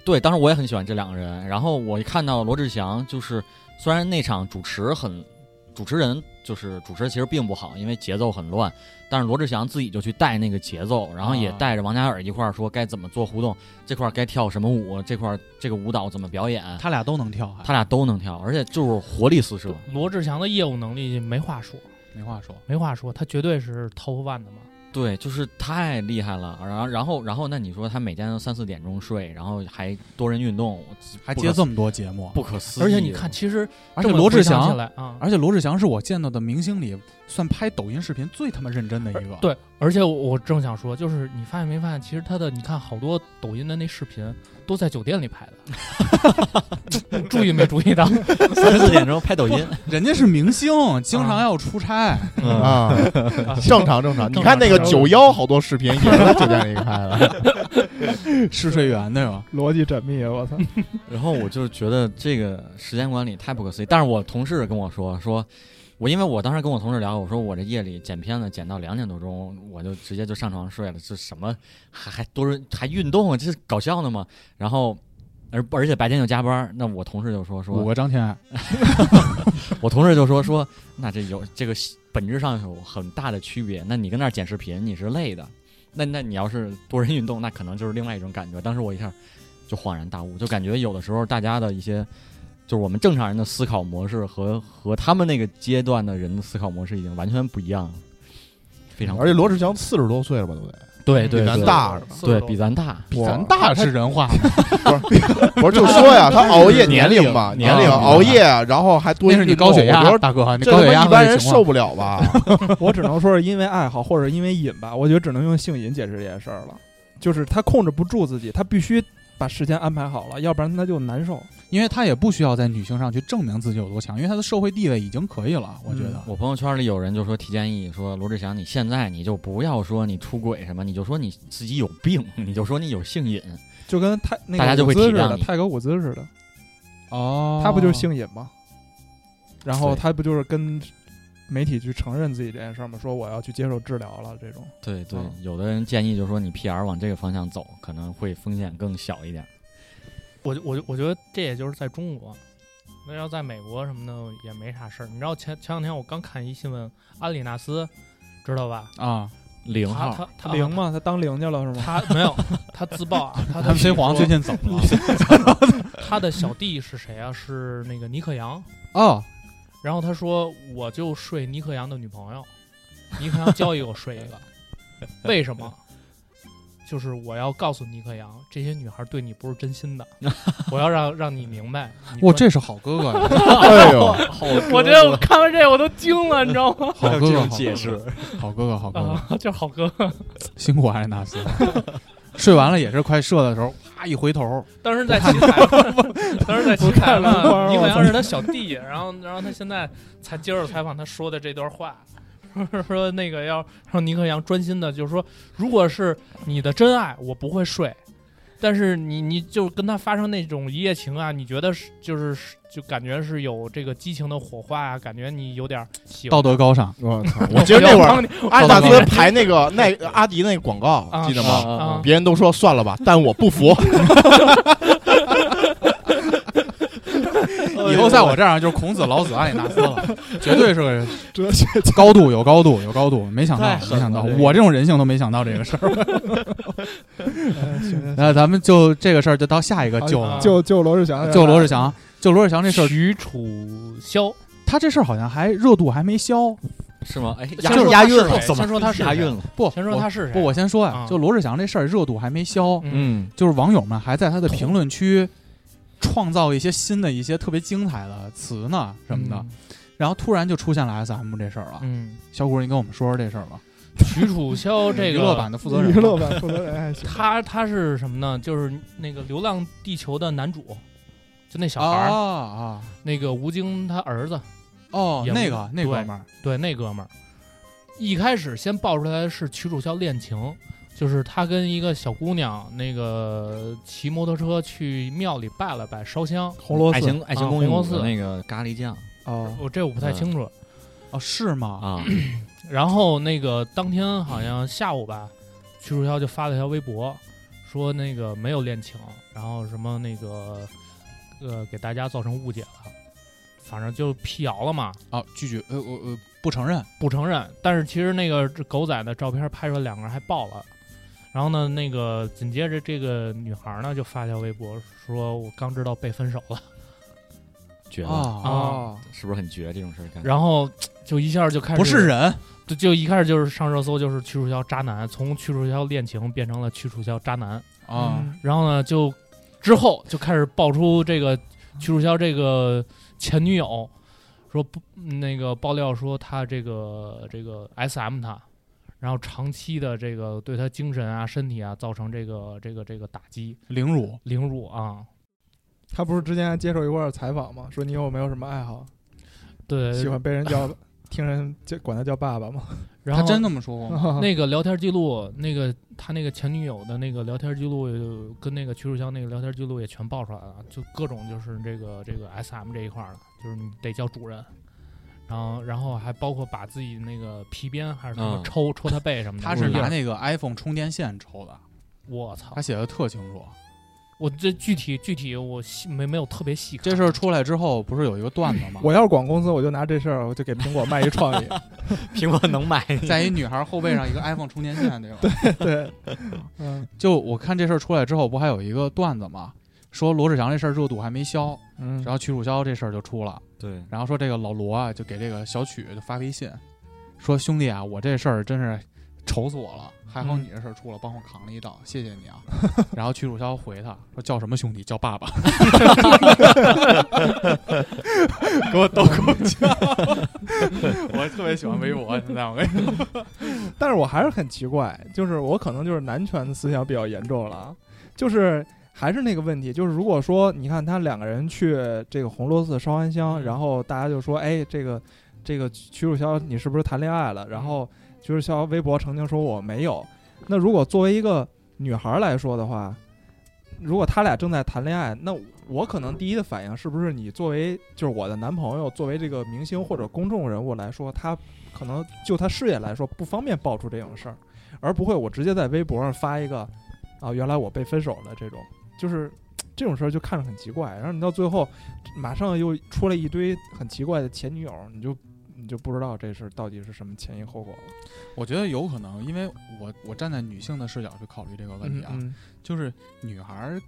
对，当时我也很喜欢这两个人。然后我一看到罗志祥，就是虽然那场主持很，主持人就是主持其实并不好，因为节奏很乱，但是罗志祥自己就去带那个节奏，然后也啊带着王嘉尔一块儿说该怎么做互动，这块儿该跳什么舞，这块儿这个舞蹈怎么表演，他俩都能跳，还他俩都能跳，而且就是活力四射。罗志祥的业务能力没话说，没话说。没话说，他绝对是 top one 的嘛。对，就是太厉害了。然后，然后，然后，那你说他每天都三四点钟睡，然后还多人运动，还不接可这么多节目，不可思议。而且你看，，其实而且这么罗志回想起祥，来啊，而且罗志祥是我见到的明星里算拍抖音视频最他妈认真的一 (laughs) 个。，对，而且我我正想说，就是你发现没发现，其实他的你看好多抖音的那视频都在酒店里拍的， (laughs) 注意没注意 (laughs) 到？ (laughs) 三四点钟拍抖音，人家是明星，经啊常要出差。 (laughs) 嗯， (laughs) 啊，正常正常。你正看那个常九幺，好多视频也是在酒店里拍的，试睡员对吧？逻辑缜密，啊我操，然后我就觉得这个时间管理太不可思议。但是我同事跟我说，说我因为我当时跟我同事聊，我说我这夜里剪片子剪到两点多钟，我就直接就上床睡了，这什么还还多人还运动啊，这是搞笑呢吗？然后。而而且白天就加班，那我同事就说说五个张天爱，我同事就说说，那这有这个本质上有很大的区别。那你跟那儿剪视频，你是累的，那那你要是多人运动，那可能就是另外一种感觉。当时我一下就恍然大悟，就感觉有的时候大家的一些，就是我们正常人的思考模式和和他们那个阶段的人的思考模式已经完全不一样了，非常而且罗志祥四十多岁了吧，都得对对比咱对大是吧？对比咱大，比咱大是人话吗， (laughs) (laughs) 不是就说呀，他熬夜年龄嘛，年年龄啊龄熬夜，然后还多那是你运动高血我觉压，得大哥，你这高他血妈压一般人的情况受不了吧？我只能说是因为爱好或者因为瘾吧，我觉得只能用性瘾解释这件事儿了，就是他控制不住自己，他必须把时间安排好了，要不然他就难受。 (laughs) 因为他也不需要在女性上去证明自己有多强，因为他的社会地位已经可以了，我觉得。我朋友圈里有人就说提建议，说罗志祥，你现在你就不要说你出轨什么，你就说你自己有病，你就说你有性瘾。就跟泰那大家个就伍会兹似体谅的，你泰格伍兹似的，嗯哦他不就是性瘾吗？然后对他不就是跟媒体去承认自己这件事儿吗？说我要去接受治疗了，这种对对，嗯有的人建议就说你 PR 往这个方向走，可能会风险更小一点。我我我觉得这也就是在中国，那要在美国什么的也没啥事儿。你知道前前两天我刚看一新闻，安里纳斯，知道吧？啊，零他号，他他零？嘛，他当零去了是吗？他没有，他自曝啊，他他们自己飞黄说最近怎么了？他的小弟是谁啊？是那个尼克杨。 (laughs) 哦，然后他说我就睡尼克杨的女朋友，尼克杨交一个我睡一个，为什么？就是我要告诉尼克杨，这些女孩对你不是真心 (laughs) 的，我要让让你明白。你哇，关这是好哥哥 (laughs) 呀，哎呦，我觉得我看完这个我都惊了，你知道吗？好 (laughs) 还有哥这哥，种解释，好哥哥，好哥哥，啊， (laughs) 就是好哥。辛苦阿啊丽娜丝。 (laughs) 睡完了也是快射的时候，啪一回头，当时在奇才， (laughs) 当时在奇才嘛，尼克杨是他小弟，然后然后他现在才接受采访，他说的这段话。说 (laughs) 那个要让尼克杨专心的，就是说，如果是你的真爱，我不会睡。但是你你就跟他发生那种一夜情啊，你觉得是就是是就感觉是有这个激情的火花啊，感觉你有点儿喜欢道德高尚。我操！我记得那会儿阿迪达斯排那个耐阿迪那个广告，啊记得啊吗？啊啊啊！别人都说算了吧，但我 (laughs) 不服。哦以后在我这儿就是孔子、老子、阿里纳斯了， (laughs) 绝对是个高度有高度有高度，没想到太没想到，了这我这种人性都没想到这个事儿。那咱们就这个事儿就到下一个救啊了，救救哦罗志祥，救罗志祥，救罗志祥这事儿，许褚枭，他这事儿好像还热度还没消。是吗？哎，先说他是谁怎么先说他是押谁韵了？不，先说我他是谁？不，我先说呀啊，就罗志祥这事儿热度还没消，嗯，嗯，就是网友们还在他的评论区创造一些新的一些特别精彩的词呢什么的，然后突然就出现了 SM 这事儿了。嗯，小谷，你跟我们说说这事儿吧。许褚枭这娱个乐版的负责人，娱乐版负责人还行，他他是什么呢？就是那个《流浪地球》的男主，就那小孩啊儿，啊那个吴京他儿子，哦，也不那个那对哥们儿，对那哥们儿，一开始先爆出来是许褚枭恋情，就是他跟一个小姑娘那个骑摩托车去庙里拜了拜烧香，红螺爱寺情爱啊情公寓红螺五寺的那个咖喱酱哦，我这我不太清楚。哦是吗？啊，然后那个当天好像下午吧，许楚潇就发了条微博，说那个没有恋情，然后什么那个呃给大家造成误解了，反正就辟谣了嘛，哦拒绝，呃我呃不承认，不承认。但是其实那个这狗仔的照片拍出来，两个人还抱了。然后呢，那个紧接着这个女孩呢就发条微博说：“我刚知道被分手了。绝了，啊是不是很绝？这种事儿 (laughs) 干”，然后就一下就开始不是人，就就一开始就是上热搜，就是屈楚萧渣男，从屈楚萧恋情变成了屈楚萧渣男。嗯啊然后呢，就之后就开始爆出这个屈楚萧这个前女友说不那个爆料说他这个这个 S M 他，然后长期的这个对他精神啊、身体啊造成这个这个这个打击、凌辱凌辱啊，他不是之前还接受过采访吗？说你有没有什么爱好？对，喜欢被人叫，听人叫管他叫爸爸吗？然他后真那么说过吗？那个聊天记录，那个他那个前女友的那个聊天记录，呃跟那个曲楚香那个聊天记录也全爆出来了，就各种就是这个这个 S M 这一块儿了，就是你得叫主人，然后然后还包括把自己那个皮鞭还是什么嗯抽、抽他背什么的，他是拿那那个 iPhone 充电线抽的，我操他，写的特清楚。我这具体具体我细没没有特别细看这事儿出来之后，不是有一个段子吗？ (laughs) 我要是广公司，我就拿这事儿，我就给苹果卖一创意。苹果能买？在一女孩后背上一个 iPhone 充电线，对吧？对，嗯就我看这事儿出来之后，不还有一个段子吗？说罗志祥这事儿热度还没消，嗯然，后曲楚萧这事儿就出了，对，然后说这个老罗啊，就给这个小曲就发微信，说兄弟啊，我这事儿真是愁死我了，还好你这事儿出了，帮我扛了一道，谢谢你 (laughs) 啊。然后曲楚萧回他说叫什么兄弟，叫 (laughs) 爸爸，给我逗够呛。 (laughs) 我特别喜欢微博，现在我跟你说但是我还是很奇怪，就是我可能就是男权的思想比较严重了啊，就是还是那个问题，就是如果说你看他两个人去这个红螺寺烧完香，然后大家就说，哎，这个这个曲楚萧你是不是谈恋爱了？然后曲楚萧微博澄清说我没有。那如果作为一个女孩来说的话，如果他俩正在谈恋爱，那我可能第一的反应是不是你作为就是我的男朋友，作为这个明星或者公众人物来说，他可能就他事业来说不方便爆出这种事儿，而不会我直接在微博上发一个啊，原来我被分手了这种，就是嘖这种事儿就看着很奇怪。然后你到最后，马上又出来一堆很奇怪的前女友，你就你就不知道这事儿到底是什么前因后果了。我觉得有可能，因为我我站在女性的视角去考虑这个问题啊，嗯就是女孩儿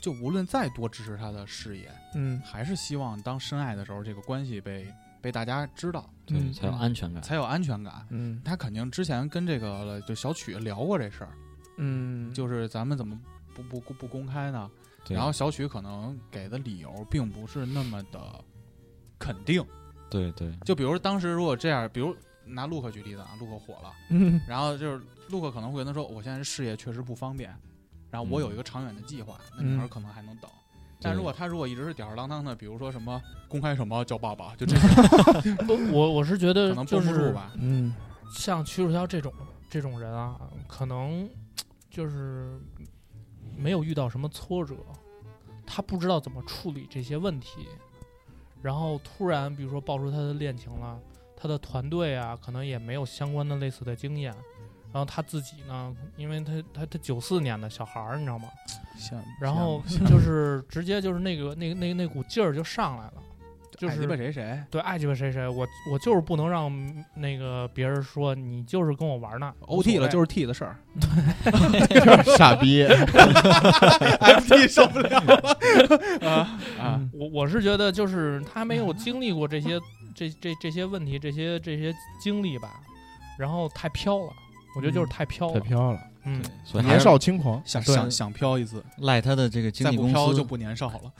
就无论再多支持她的事业，嗯还是希望当深爱的时候，这个关系被被大家知道，对，嗯才有安全感。才有安全感。嗯她肯定之前跟这个就小曲聊过这事儿，嗯，就是咱们怎么不不不不公开呢？对然后小许可能给的理由并不是那么的肯定。对对，就比如当时如果这样，比如拿陆克举例子啊，陆克火了，嗯然后就是陆克可能会跟他说，我现在事业确实不方便，然后我有一个长远的计划，那女孩可能还能等。但如果他如果一直是吊儿郎当的，比如说什么公开什么叫爸爸，就这种不，我我是觉可得能就绷不住是吧。嗯像屈楚萧这种这种人啊，可能就是没有遇到什么挫折，他不知道怎么处理这些问题，然后突然比如说爆出他的恋情了，他的团队啊可能也没有相关的类似的经验，然后他自己呢，因为他他他九四年的小孩儿，你知道吗？像然后就是直接就是那个那那那股劲儿就上来了，就哎爱是鸡巴谁谁，对爱鸡巴谁谁，我我就是不能让那个别人说你就是跟我玩呢。 OT 了就是是 T 的事儿，傻逼， T 受不了啊啊！嗯我我是觉得就是他没有经历过这些这这这些问题这些这些经历吧，然后太飘了，我觉得就是太飘太了。飘了，嗯， (laughs) 所以还年是少轻狂，想对想想飘一次，赖他的这个经再纪不公飘司，就不年少了。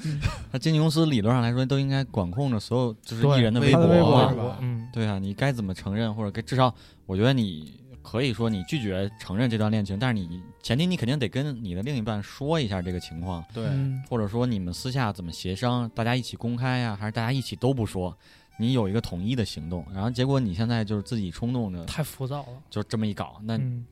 他经纪公司理论上来说都应该管控着所有就是对艺人的微博他的微博啊是吧嗯，对啊，你该怎么承认，或者该至少我觉得你可以说你拒绝承认这段恋情，但是你前提你肯定得跟你的另一半说一下这个情况，对嗯或者说你们私下怎么协商，大家一起公开呀、还是大家一起都不说？你有一个统一的行动，然后结果你现在就是自己冲动着，太浮躁了。就这么一搞，那、嗯，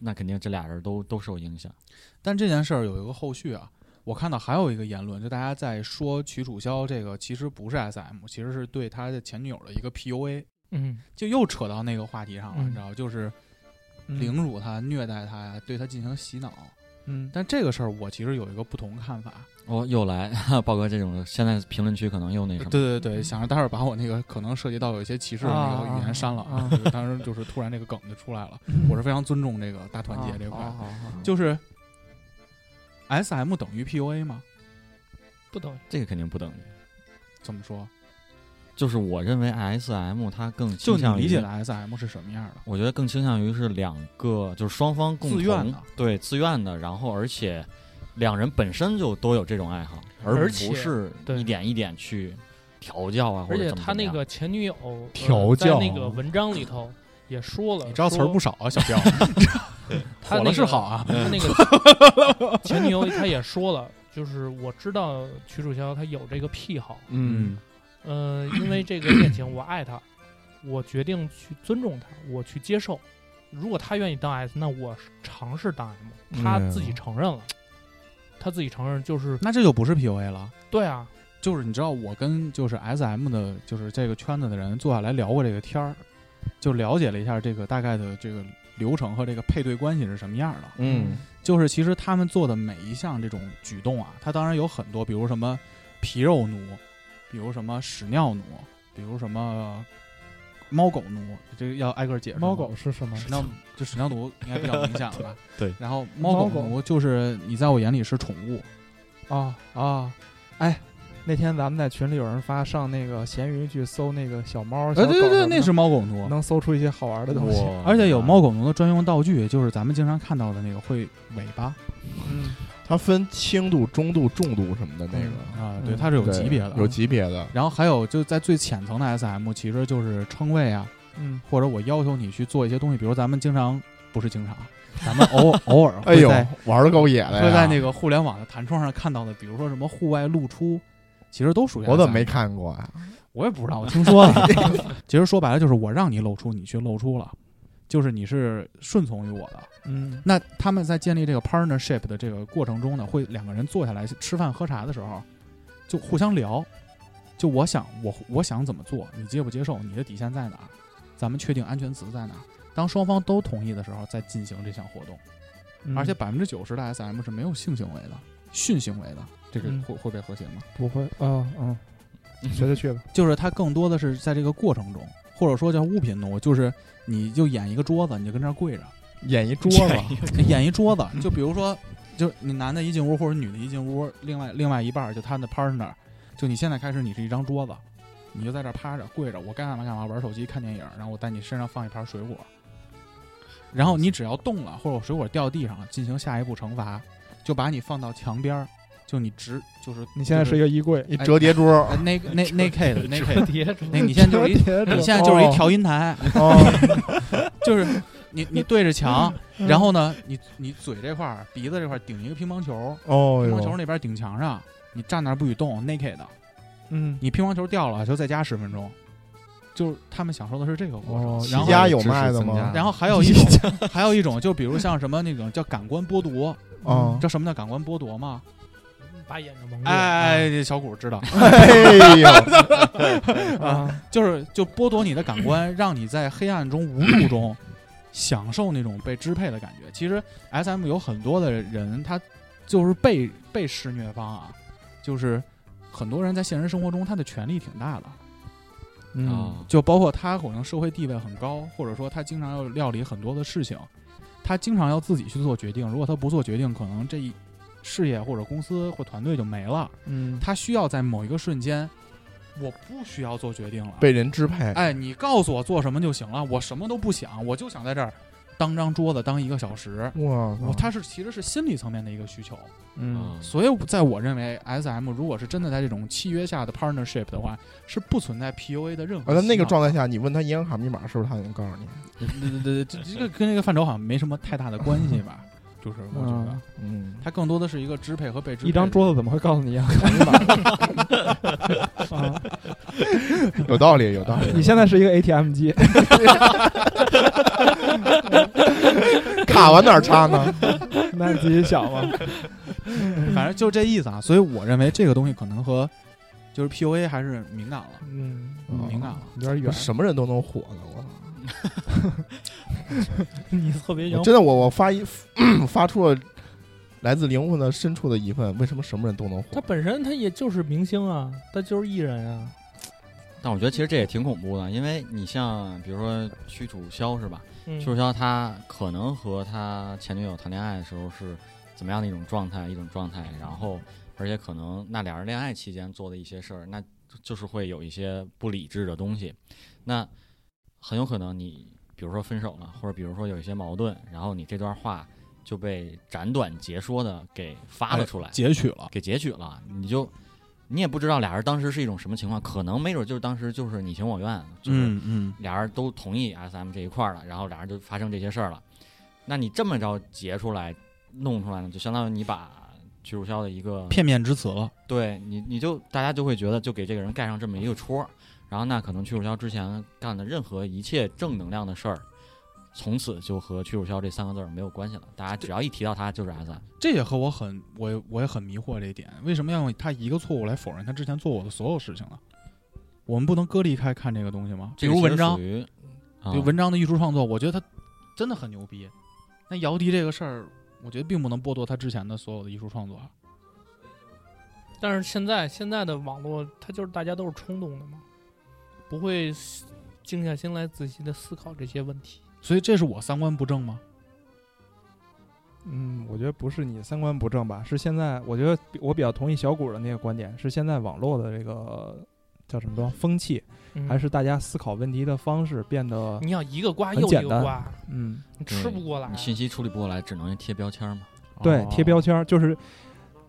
那肯定这俩人都都受影响。但这件事儿有一个后续啊，我看到还有一个言论，就大家在说曲楚萧这个其实不是 SM，其实是对他的前女友的一个 PUA，嗯，就又扯到那个话题上了，嗯你知道，就是凌辱他、虐待他呀，对他进行洗脑。嗯但这个事儿我其实有一个不同看法，哦，又来， (laughs) 豹哥这种，现在评论区可能又那什么。对对对，想着待会儿把我那个可能涉及到有一些歧视的那个语言删了，啊啊就是当时就是突然这个梗就出来了。我是非常尊重这个大团结这块，啊好好好就是 S M 等于 P U A 吗？不等于这个肯定不等于。怎么说？就是我认为 S M 它更倾就你向于理解的 S M 是什么样的？我觉得更倾向于是两个，就是双方共同自愿的对自愿的，然后而且两人本身就都有这种爱好，而而且不是对一点一点去调教啊，或而者且怎么他怎么那样个前女友、呃调教在那个文章里头也说了，你知道词儿说不少啊，小彪，他那火了个是好啊。他那个前女友他也说了，就是我知道曲楚萧他有这个癖好，嗯，呃，因为这个恋情我爱他，我决定去尊重他，我去接受。如果他愿意当 S，那我尝试当 M。他自己承认了，他自己承认就是那这就不是 P U A 了。对啊，就是你知道，我跟就是 S M 的，就是这个圈子的人坐下来聊过这个天儿，就了解了一下这个大概的这个流程和这个配对关系是什么样的。嗯，就是其实他们做的每一项这种举动啊，它当然有很多，比如什么皮肉奴，比如什么屎尿奴，比如什么猫狗奴，这个要挨个解释吗。猫狗是什么？屎尿就屎尿奴应该比较明显了 (laughs) 吧？对。然后猫猫狗狗奴就是你在我眼里是宠物，啊啊！哎，那天咱们在群里有人发上那个闲鱼去搜那个小猫，小哎，狗对对对，什么的那是猫狗奴。能搜出一些好嗯玩的东西。我而且啊有猫狗奴的专用道具，就是咱们经常看到的那个会尾巴嗯它分轻度、中度、重度什么的那个，啊，嗯对，它是有对级别的，啊有。级别的，然后还有就在最浅层的 SM，其实就是称谓啊，嗯，或者我要求你去做一些东西，比如咱们经常不是经常，啊咱们偶偶尔哎会呦在、，玩的够野的呀！会在那个互联网的弹窗上看到的，比如说什么户外露出，其实都属于 SM 我怎么没？看过啊呀？我也不知道，我听说了。 (laughs) 其实说白了就是我让你露出，你去露出了，就是你是顺从于我的。嗯那他们在建立这个 partnership 的这个过程中呢，会两个人坐下来吃饭喝茶的时候，就互相聊，就我想我我想怎么做，你接不接受，你的底线在哪儿，咱们确定安全词在哪儿。当双方都同意的时候，再进行这项活动。嗯而且百分之九十的 SM 是没有性行为的，性行为的，这个嗯会、会被和谐吗？不会啊嗯，学着去吧。就是它更多的是在这个过程中，或者说叫物品奴，就是你就演一个桌子，你就跟这儿跪着。 (laughs) 演一桌子，演一桌子，就比如说，就你男的一进屋或者女的一进屋，另外另外一半儿就他的 partner，就你现在开始你是一张桌子，你就在这儿趴着跪着，我该干嘛干嘛，玩手机看电影，然后我在你身上放一盘水果，然后你只要动了，或者水果掉地上了，进行下一步惩罚，就把你放到墙边儿，就你直就是你现在是一一个衣柜，一 (laughs) 折叠桌，那个那那 K 的那 K 折的，叠着哎那你现在就是一 (laughs) 你现在就是一调音台， (laughs) 哦，就是你你对着墙，然后呢，你你嘴这块儿、鼻子这块儿顶一个乒乓球，哦乒乓球哟，那边顶墙上，你站那儿不许动，naked 的。嗯，你乒乓球掉了就在家十分钟，就是他们享受的是这个过程。哦然宜家后有卖的吗然后还有一种，还有一种就比如像什么那种叫感官剥夺，哦 (laughs) 知，道什么叫感官剥夺吗？把眼睛蒙住。啊哎，这小谷知道，哎 (laughs) 呦，啊，就是就剥夺你的感官，让你在黑暗中无助中享受那种被支配的感觉。其实 S M 有很多的人，他就是被被施虐方啊，就是很多人在现实生活中他的权利挺大的，嗯，啊，就包括他可能社会地位很高，或者说他经常要料理很多的事情，他经常要自己去做决定。如果他不做决定，可能这一事业或者公司或团队就没了。嗯，他需要在某一个瞬间，我不需要做决定了。被人支配，哎，你告诉我做什么就行了，我什么都不想，我就想在这儿当张桌子当一个小时。哇我他是其实是心理层面的一个需求，嗯，嗯所以在我认为，S M 如果是真的在这种契约下的 partnership 的话，是不存在 P U A 的任啊，何。在那个状态，下，你问他银行卡密码，是不是他能告诉你？对对对，这这个跟这个范畴好像没什么太大的关系吧？就是我觉得嗯，嗯，它更多的是一个支配和被支配。一张，桌子怎么会告诉 (laughs) 你啊？啊， (laughs) 有道理，有道理。你现在是一个 ATM 机，卡往哪儿插呢？ (laughs) 那你自己想吧。反正就这意思啊。所以我认为这个东西可能和就是 P U A 还是敏感了，嗯，敏感了。有点远。什么人都能火呢？我操 (laughs) 你特哎别我想真的，我我发一 (clears throat) 发出了来自灵魂的深处的疑问：为什么什么人都能他火？本身他也就是明星啊，他就是艺人啊。但我觉得其实这也挺恐怖的，因为你像比如说屈楚萧是吧？嗯屈楚萧他可能和他前女友谈恋爱的时候是怎么样的一种状态，一种状态，然后而且可能那俩人恋爱期间做的一些事儿，那就是会有一些不理智的东西，那很有可能你比如说分手了，或者比如说有一些矛盾，然后你这段话就被斩短截说的给发了出来，截取了。给截取了，你就你也不知道俩人当时是一种什么情况，可能没准就是当时就是你情我愿，就是嗯俩人都同意 S M 这一块儿了，然后俩人就发生这些事儿了。那你这么着截出来、弄出来呢，就相当于你把屈楚萧的一个片面之词了。对你，你就大家就会觉得就给这个人盖上这么一个戳儿，然后那可能屈楚萧之前干的任何一切正能量的事儿。从此就和屈楚萧这三个字儿没有关系了，大家只要一提到他就是 S M。这也和我很我我也很迷惑这一点，为什么要用他一个错误来否认他之前做过的所有事情呢？我们不能割离开看这个东西吗？这比个其如实文章属，于，啊比如文章的艺术创作，我觉得他真的很牛逼。那姚笛这个事儿，我觉得并不能剥夺他之前的所有的艺术创作。但是现在现在的网络，它就是大家都是冲动的嘛，不会静下心来仔细的思考这些问题。所以这是我三观不正吗？嗯，我觉得不是你三观不正吧，是现在我觉得比我比较同意小谷的那个观点，是现在网络的这个叫什么东风气，嗯还是大家思考问题的方式变啊得你想一个瓜很又一简个单瓜，嗯，你吃不过来啊你。信息处理不过来，只能贴标签嘛。对哦，贴标签儿就是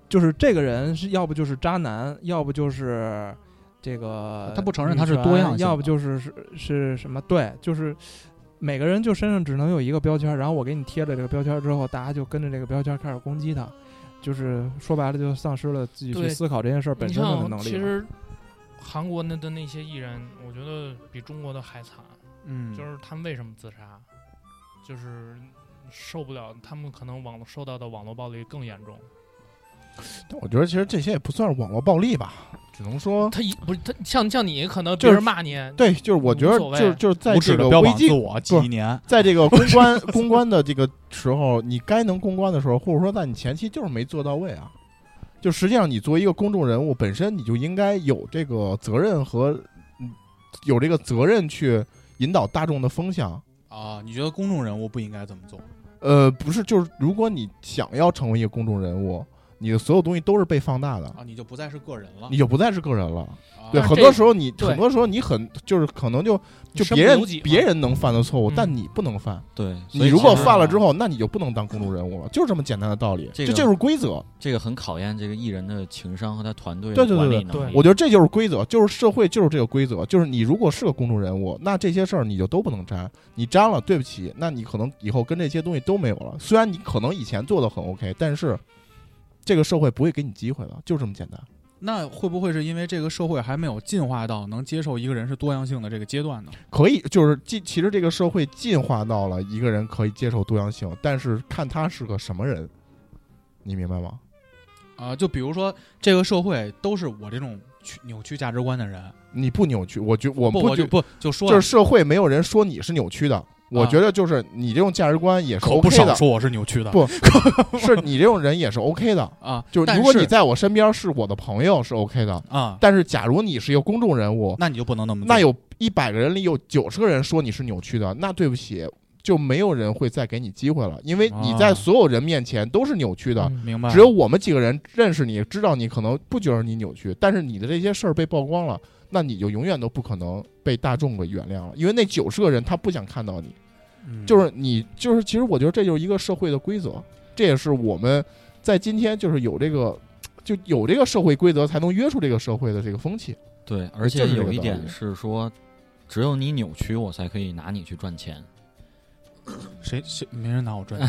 就是这个人是要不就是渣男，要不就是这个他不承认他是女权多样性的要不就是是是什么？对，就是每个人就身上只能有一个标签儿，然后我给你贴了这个标签儿之后，大家就跟着这个标签儿开始攻击他，就是说白了就丧失了自己去对思考这件事儿本你身的像能力其了。实韩国那的那些艺人，我觉得比中国的还惨，嗯，就是他们为什么自杀，就是受不了，他们可能网受到的网络暴力更严重。但我觉得其实这些也不算是网络暴力吧，只能说他一不是他像像你可能别就是人骂你，对，就是我觉得无所谓就是就是在无这耻个的标危榜机自我几年，在这个 (laughs) 公关公关的这个时候，你该能公关的时候，或者说在你前期就是没做到位啊。就实际上，你作为一个公众人物，本身你就应该有这个责任和嗯有这个责任去引导大众的风向。啊？你觉得公啊众人物不应该这么做？呃，不是，就是如果你想要成为一个公众人物，你的所有东西都是被放大的，啊，你就不再是个人了你。就不再是个人了。啊对，但是很这多时候你对很多时候你很就是可能就你就身不别人由己嘛别人能犯的错误，嗯但你不能犯。对，所你以如其果实犯了之后，那你就不能当公众人物了，就是这么简单的道理。这这个就是规则，这个很考验这个艺人的情商和他团队对的对对管理对能力。对我觉得这就是规则，就是社会就是这个规则，就是你如果是个公众人物，那这些事儿你就都不能沾，你沾了，对不起，那你可能以后跟这些东西都没有了。虽然你可能以前做的很 OK，但是这个社会不会给你机会的，就这么简单。那会不会是因为这个社会还没有进化到能接受一个人是多样性的这个阶段呢？可以，就是进，其实这个社会进化到了一个人可以接受多样性，但是看他是个什么人，你明白吗？啊，就比如说这个社会都是我这种曲扭曲价值观的人，你不扭曲，我觉我不不我觉就不就说就是社会没有人说你是扭曲的，我啊觉得就是你这种价值观也是口不 OK 少的，说我是扭曲的，不是你这种人也是 OK 的。啊，就是但如果你在我身边是我的朋友是 OK 的，啊，但是假如你是一个公众人物，那你就不能那么做那有一百个人里有九十个人说你是扭曲的，那对不起，就没有人会再给你机会了，因为你在啊所有人面前都是扭曲的。嗯明白？只有我们几个人认识你，知道你可能不觉得你扭曲，但是你的这些事儿被曝光了，那你就永远都不可能被大众给原谅了，因为那九十个人他不想看到你，嗯就是你就是其实我觉得这就是一个社会的规则，这也是我们在今天就是有这个就有这个社会规则才能约束这个社会的这个风气。对，而且就是这有个一道点理是说，只有你扭曲，我才可以拿你去赚钱。谁谁没人拿我赚，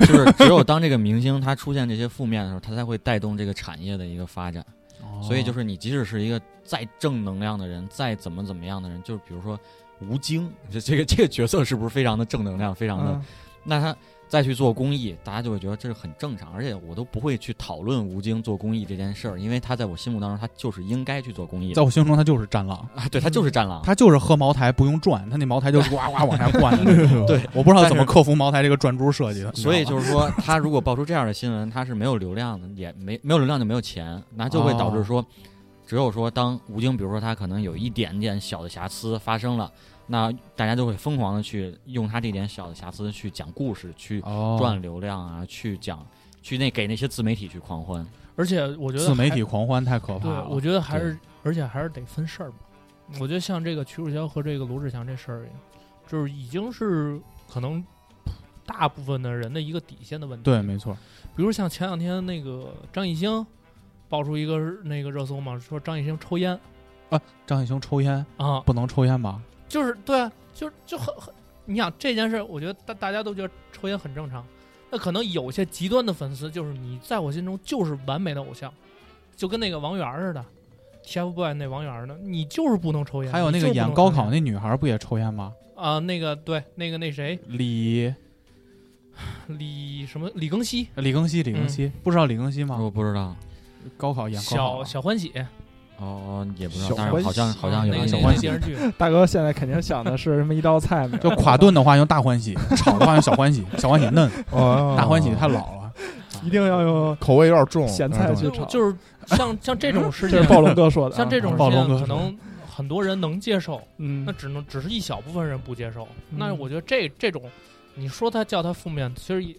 就是 (laughs) 只有当这个明星他出现这些负面的时候，他才会带动这个产业的一个发展。哦哦所以就是是你即使是一个再正能量的人，再怎么怎么样的人，就是比如说吴京， (laughs) 这这个这个角色是不是非常的正能量，非常的？嗯，那他再去做公益，大家就会觉得这是很正常，而且我都不会去讨论吴京做公益这件事儿，因为他在我心目当中，他就是应该去做公益的在我心目中他就是战狼，啊，对他就是战狼。他就是喝茅台不用转，他那茅台就是呱呱往下灌的那种。对，我不知道但怎么是克服茅台这个转珠设计的，所以你知道吗就是说，他如果爆出这样的新闻，他是没有流量的，也没没有流量就没有钱，那就会导致说，只有说当吴京，比如说他可能有一点点小的瑕疵发生了，那大家就会疯狂的去用他这点小的瑕疵去讲故事，去哦赚流量啊，去讲。去那给那些自媒体去狂欢，而且我觉得自媒还体狂欢太可怕对了。，我觉得还是，而且还是得分事儿嘛。我觉得像这个曲楚萧和这个罗志祥这事儿，就是已经是可能大部分的人的一个底线的问题。对，没错，比如像前两天那个张艺兴爆出一个那个热搜嘛，说张艺兴抽烟张艺兴抽烟啊，不能抽烟吧？就是对啊，就就很很，你想这件事，我觉得大大家都觉得抽烟很正常。那可能有些极端的粉丝，就是你在我心中就是完美的偶像，就跟那个王源儿似的，TFBOY 那王源儿呢，你就是不能抽烟。还有那你个就是演不能高抽考烟那女孩不也抽烟吗？啊、那个对，那个那谁李李什么李庚希，李庚希，李庚希，不知道李庚希吗？我不知道高考演高考嗯啊小了，小欢喜，哦，也不知小道，但是好像欢喜好像那有人个那小个欢那喜电视 (laughs) 剧，嗯大哥现在肯定想的是什么一道菜名，就垮顿的话用大欢 (laughs) 喜，炒的话用小欢喜，小欢喜嫩，哦哦大欢喜太老了。一定要用口味有点重，嗯咸有菜点重去就炒。就是像像 (laughs) 这种 (laughs) 事这情是，暴龙哥说的啊，像这种暴事龙哥情，说可的能很多人能接受，嗯那，只能只是一小部分人不接受。嗯那我觉得这这种，你说他叫他负面，其实也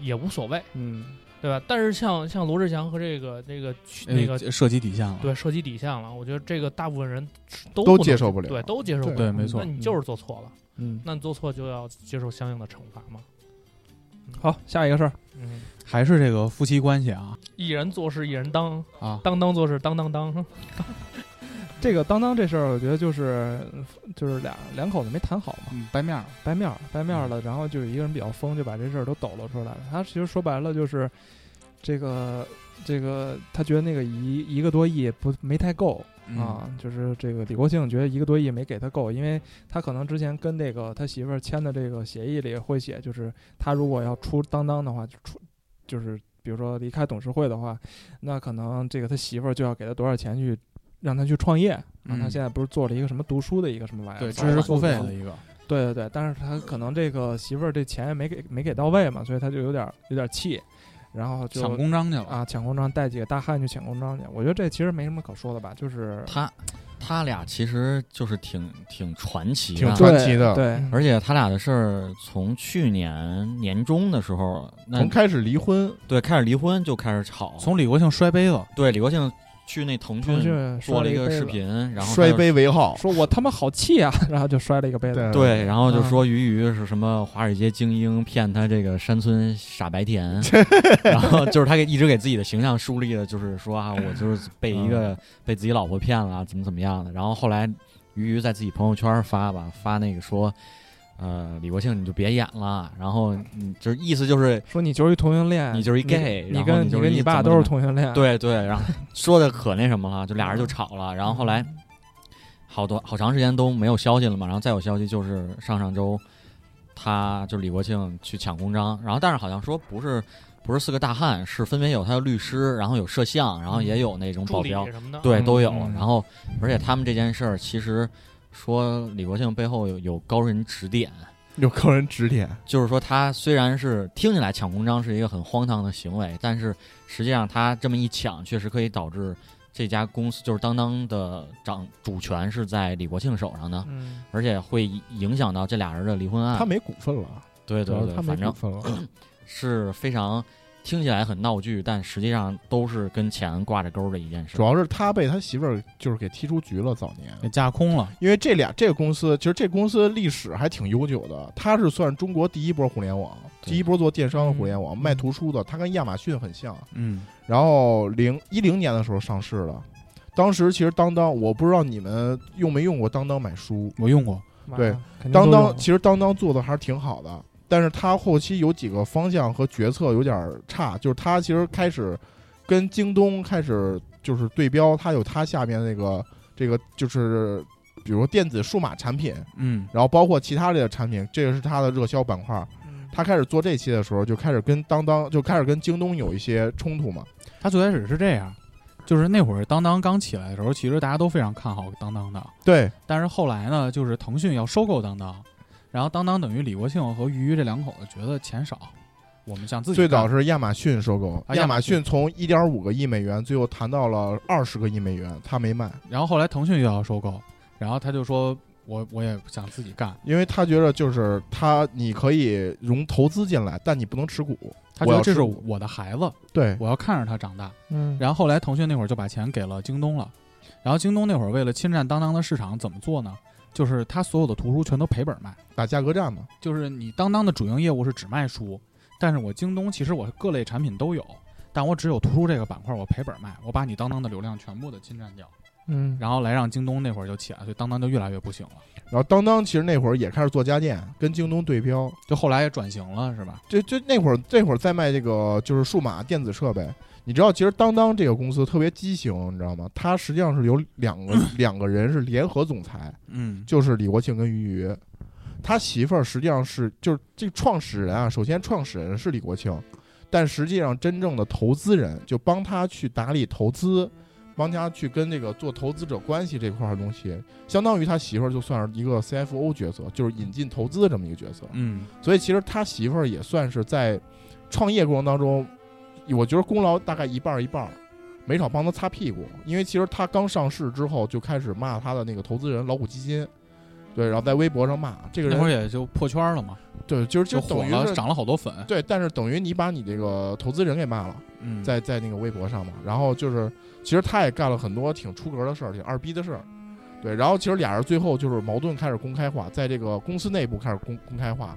也无所谓，嗯，对吧？但是像像罗志祥和这个这个去哎那个、呃涉及底线了，对涉及底线了，我觉得这个大部分人都都能接受不了对，都接受不对了。对，没错那。你就是做错了，嗯，那你做错就要接受相应的惩罚嘛。好，下一个事儿，嗯，还是这个夫妻关系啊一人做事一人当，啊，当当做事当当当。这个当当这事儿，我觉得就是就是俩两口子没谈好嘛，嗯，掰面儿，掰面儿掰面儿了，然后就有一个人比较疯，就把这事儿都抖搂出来了。他其实说白了就是这个这个，他觉得那个一一个多亿不没太够，嗯啊，就是这个李国庆觉得一个多亿没给他够，因为他可能之前跟这个他媳妇儿签的这个协议里会写，就是他如果要出当当的话，就出就是比如说离开董事会的话，那可能这个他媳妇儿就要给他多少钱去让他去创业。啊，他嗯现在不是做了一个什么读书的一个什么玩意儿，对，知反正识做付费读的一个，对对对，但是他可能这个媳妇儿这钱也没给没给到位嘛，所以他就有点有点气，然后就啊抢公章去了。啊抢公章，带几个大汉去抢公章去。我觉得这其实没什么可说的吧，就是他他俩其实就是挺挺传奇的，啊挺传奇的嗯对，而且他俩的事儿从去年年中的时候，那从开始离婚，对开始离婚就开始吵，从李国庆摔杯子，对李国庆去那腾腾讯做讯摔嗯了了一个杯视子，频，然后摔他就杯为号，说我他妈好气啊，然后就摔了一个杯子。对，然后就说俞渝是什么华尔街精英骗他这个山村傻白甜，然后就是他给一直给自己的形象树立的，就是说啊，我就是被一个被自己老婆骗了，怎么怎么样的。然后后来俞渝在自己朋友圈发吧，发那个说，呃，李国庆你就别演了，然后你就是意思就是说你就是一同性恋，你就是一 gay，你然后跟你就是跟一你怎爸么都怎是么同性恋。，对对，然后说的可那什么了，就俩人就吵了，然后后来嗯好多好长时间都没有消息了嘛，然后再有消息就是上上周他就是李国庆去抢公章，然后但是好像说不是不是四个大汉，是分别有他的律师，然后有摄像，然后也有那种保助理镖，什么的，对嗯都有，嗯然后而且他们这件事儿其实说李国庆背后有有高人指点。有个人指点，就是说，他虽然是听起来抢公章是一个很荒唐的行为，但是实际上他这么一抢，确实可以导致这家公司就是当当的掌主权是在李国庆手上的，嗯，而且会影响到这俩人的离婚案。他没股份了，对对主要是对，他没反正股份了，是非常听起来很闹剧，但实际上都是跟钱挂着钩的一件事主。要是他被他媳妇儿就是给踢出局了，早年。哎给架空了。因为这俩这个公司，其实这公司历史还挺悠久的，它是算中国第一波互联网，对第一波做电商的互联网，嗯卖图书的，它跟亚马逊很像。嗯，然后零一零年的时候上市了，当时其实当当，我不知道你们用没用过当当买书，我用过，嗯对肯定当都当有其实当当做的还是挺好的，但是它后期有几个方向和决策有点儿差，就是它其实开始跟京东开始就是对标，它有它下面那个这个就是比如电子数码产品。嗯，然后包括其他类的产品，这个是它的热销板块。嗯他开始做这些的时候，就开始跟当当，就开始跟京东有一些冲突嘛。他最开始是这样，就是那会儿当当刚起来的时候，其实大家都非常看好当当的，对，但是后来呢，就是腾讯要收购当当，然后当当等于李国庆和俞渝这两口子觉得钱少，我们想自己最早干是亚马逊收购，啊亚亚马马逊从一点五个亿美元，最后谈到了二十个亿美元，他没卖，然后后来腾讯又要收购，然后他就说我我也想自己干，因为他觉得就是他你可以融投资进来，但你不能持股。他我觉要得这吃是苦我的孩子，对，我要看着他长大。嗯，然后后来腾讯那会儿就把钱给了京东了，然后京东那会儿为了侵占当当的市场，怎么做呢？就是他所有的图书全都赔本卖，打价格战嘛。就是你当当的主营业务是只卖书，但是我京东其实我各类产品都有，但我只有图书这个板块我赔本卖，我把你当当的流量全部的侵占掉，嗯，然后来让京东那会儿就起来，所以当当就越来越不行了，然后当当其实那会儿也开始做家电，跟京东对标。就后来也转型了，是吧？就就那会儿，那会儿在卖这个就是数码电子设备。你知道，其实当当这个公司特别畸形，你知道吗？它实际上是有两个两个人是联合总裁，嗯，就是李国庆跟俞渝。他媳妇儿实际上是就是这个创始人啊，首先创始人是李国庆，但实际上真正的投资人就帮他去打理投资，帮他去跟这个做投资者关系这块儿的东西，相当于他媳妇儿就算是一个 CFO 角色，就是引进投资的这么一个角色。嗯，所以其实他媳妇儿也算是在创业过程当中，我觉得功劳大概一半儿一半儿，没少帮他擦屁股。因为其实他刚上市之后就开始骂他的那个投资人老虎基金，对，然后在微博上骂这个那会儿人，也就破圈了嘛，对，嗯就是就就火等于了，是涨了好多粉，对，但是等于你把你这个投资人给骂了，嗯，在在那个微博上嘛。然后就是其实他也干了很多挺出格的事儿，挺二逼的事儿。对，然后其实俩人最后就是矛盾开始公开化，在这个公司内部开始公公开化，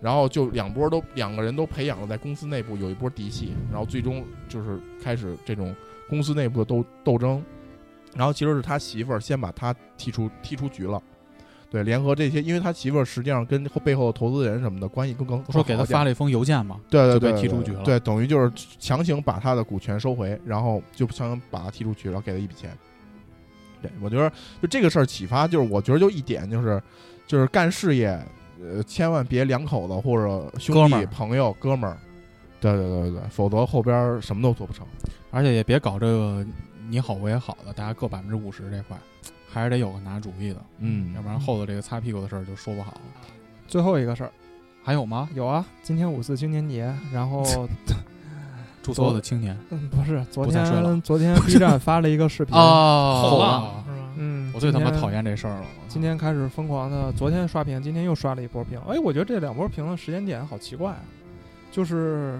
然后就两波都两个人都培养了在公司内部有一波嫡系，然后最终就是开始这种公司内部的斗斗争，然后其实是他媳妇儿先把他踢出踢出局了，对，联合这些，因为他媳妇儿实际上跟后背后的投资人什么的关系更更说给更他好一点发了一封邮件嘛，对对就对，被对踢出局了对，等于就是强行把他的股权收回，然后就强行把他踢出局，然后给他一笔钱。对，我觉得就这个事儿启发，就是我觉得就一点就是，就是干事业，呃，千万别两口子或者兄哥们弟、儿朋友、哥们儿，对对对对对，否则后边儿什么都做不成。而且也别搞这个你好我也好的，大家各百分之五十这块，还是得有个拿主意的，嗯要不然后头这个擦屁股的事儿就说不好了。最后一个事儿还有吗？有啊，今天五四青年节，(laughs) 然后祝所有的青年嗯不是昨不再说了啊天昨天 B 站发了一个视频，哦好吧，是吧？嗯，我最他妈今天讨厌这事儿了。今天开始疯狂的，昨天刷屏，今天又刷了一波屏。哎，我觉得这两波屏的时间点好奇怪啊，就是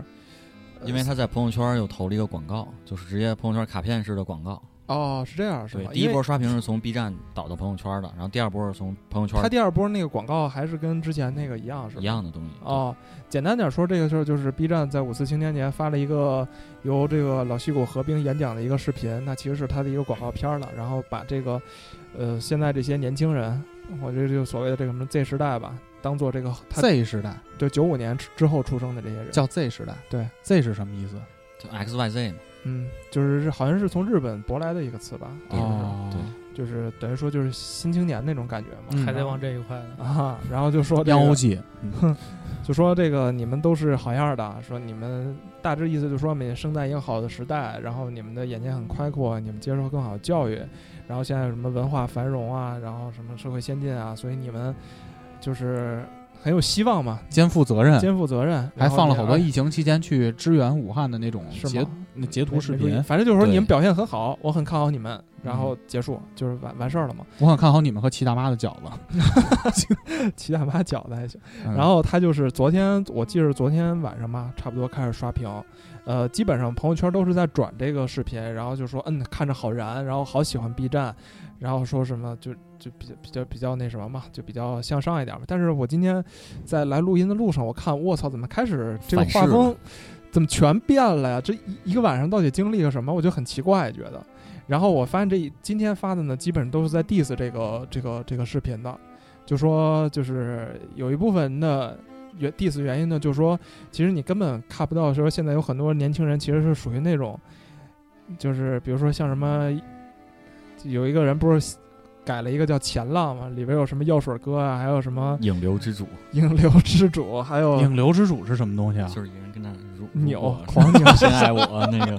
因为他在朋友圈又投了一个广告，就是直接朋友圈卡片式的广告。哦是这样是对吧？，第一因为波刷屏是从 B 站导到朋友圈的，然后第二波是从朋友圈他第二波那个广告还是跟之前那个一样是吧？一样的东西。哦，简单点说，这个事儿就是 B 站在五四青年节发了一个由这个老戏骨合并演讲的一个视频，那其实是他的一个广告片儿了，然后把这个，呃，现在这些年轻人，我觉得就所谓的这个什么 Z 时代吧，当做这个他 Z 时代就九五年之之后出生的这些人，叫 Z 时代，对 Z 是什么意思？就 X Y Z 嘛，嗯，就是好像是从日本舶来的一个词吧，啊对哦对就是等于说就是新青年那种感觉嘛，嗯海贼王这一块的，啊，然后就说这烟雾个剂，就说这个你们都是好样的，说你们大致意思就是说我们生在一个好的时代，然后你们的眼界很开阔，你们接受更好的教育，然后现在有什么文化繁荣啊，然后什么社会先进啊，所以你们就是很有希望嘛，肩负责任，肩负责任，嗯还放了好多意疫情期间去支援武汉的那种啊是截吗？那截图视没注意频。嗯反正就是说你们对表现很好，我很看好你们，然后结束就是完完事儿了嘛。 (laughs) 我很看好你们和齐大妈的饺子。骑大妈饺子还行。嗯然后他就是昨天，我记得昨天晚上吧，差不多开始刷屏，呃，基本上朋友圈都是在转这个视频，然后就说嗯，看着好燃，然后好喜欢 B 站，然后说什么就就比较比较比较那什么嘛，就比较向上一点嘛。但是我今天在来录音的路上，我看我操，怎么开始这个反噬画了风怎么全变了呀？这一一个晚上到底经历了什么？我就很奇怪，觉得。然后我发现这今天发的呢，基本上都是在 diss 这个这个这个视频的，就说就是有一部分人的原 diss 原因呢，就是说其实你根本看不到说现在有很多年轻人其实是属于那种，就是比如说像什么，有一个人不是改了一个叫前浪嘛，里边有什么药水哥啊，还有什嗯么影流之主影流之主，还有影流之主是什么东西啊？就是一个人跟那如扭如果，狂 (laughs) 扭 (laughs) 深爱我啊那 (laughs) 个，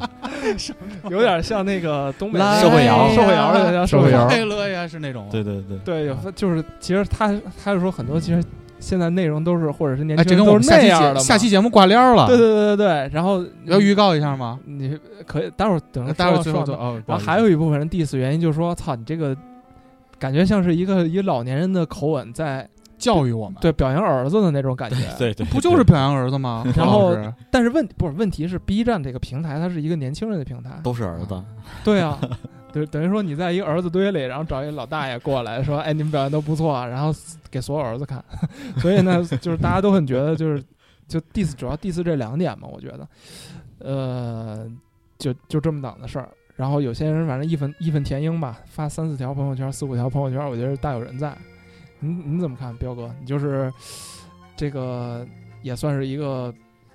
有点像那个东北来社会摇社会摇有点像社会摇。快乐呀，是那种。对对对，对，有就是其实他他就说很多其实现在内容都是或者是年嗯哎，轻这人跟我们都是下那期样的嘛节下期节目挂链了。对对对对对，然后要预告一下吗？你可以待会儿等着那待会儿说最后嗯说就吧哦，不然好意后还思有一部分人 diss 原因就是说，操你这个感觉像是一个以老年人的口吻在教育我们，，对表扬儿子的那种感觉。对对，不就是表扬儿子 (laughs) 吗？然何老后师但是问不是问题是 B 站这个平台，它是一个年轻人的平台，都是儿子，对啊，对，等于说你在一个儿子堆里，然后找一老大爷过来说，哎，你们表现都不错，然后给所有儿子看， (laughs) 所以呢，就是大家都很觉得就是就 diss 主要 diss 这两点嘛，我觉得，呃，就就这么档的事儿。然后有些人反正义愤义愤填膺吧，发三四条朋友圈、四五条朋友圈，我觉得大有人在。你你怎么看，彪哥？你就是这个也算是一个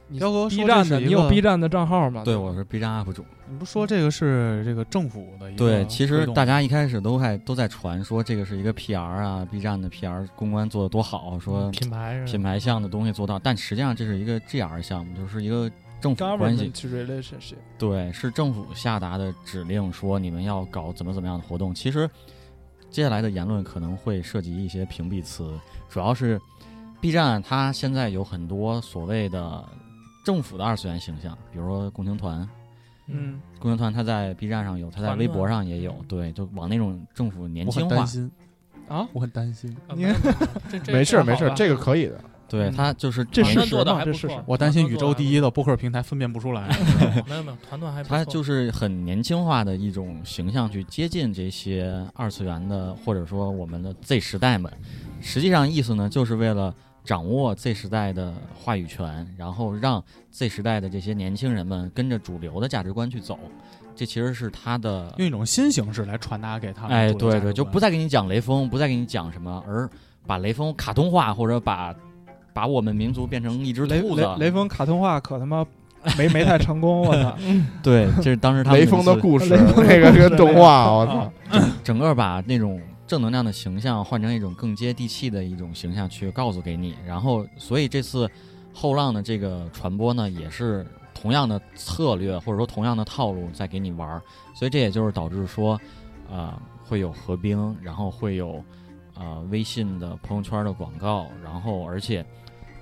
你彪哥说 B 这站是的，一你有个 B 站的账号吗？对我是 B 站 UP 主。你不说这个是这个政府的一个对，其推实动大家一开始都还都在传说这个是一个 PR 啊，B 站的 PR 公关做的多好，说品牌是吧嗯品牌项的东西做到，但实际上这是一个 GR 项目，就是一个政府关系 government，relationship。对，是政府下达的指令，说你们要搞怎么怎么样的活动。其实接下来的言论可能会涉及一些屏蔽词，主要是 B 站它现在有很多所谓的政府的二次元形象，比如说共青团，嗯，共青团它在 B 站上有，它在团微论博上也有，对，就往那种政府年嗯我很轻担化，心啊，我很担心，啊没有 (laughs) 没有没有这这没事儿没事这儿，好吧这个可以的。对，嗯它就是这团是团事做的实嘛还这不是事错实，我担心宇宙第一，一的播客平台分辨不 (laughs) 出来。没有没有，团团还不它错，就是很年轻化的一种形象去接近这些二次元的，或者说我们的 Z 时代们。实际上意思呢，就是为了掌握 Z 时代的话语权，然后让 Z 时代的这些年轻人们跟着主流的价值观去走。这其实是它的，用一种新形式来传达给他们。哎，对对，就不再给你讲雷锋，不再给你讲什么，而把雷锋卡通化，或者把把我们民族变成一只雷兔子。啊雷雷锋卡通化可他妈没没太成功，我 (laughs) 操！对，这是当时他们雷锋的故。故事雷锋的，故那事个这个动画，我操！整个把那种正能量的形象换成一种更接地气的一种形象去告诉给你，然后所以这次后浪的这个传播呢，也是同样的策略或者说同样的套路在给你玩儿，所以这也就是导致说，呃，会有合并，然后会有呃微信的朋友圈的广告，然后而且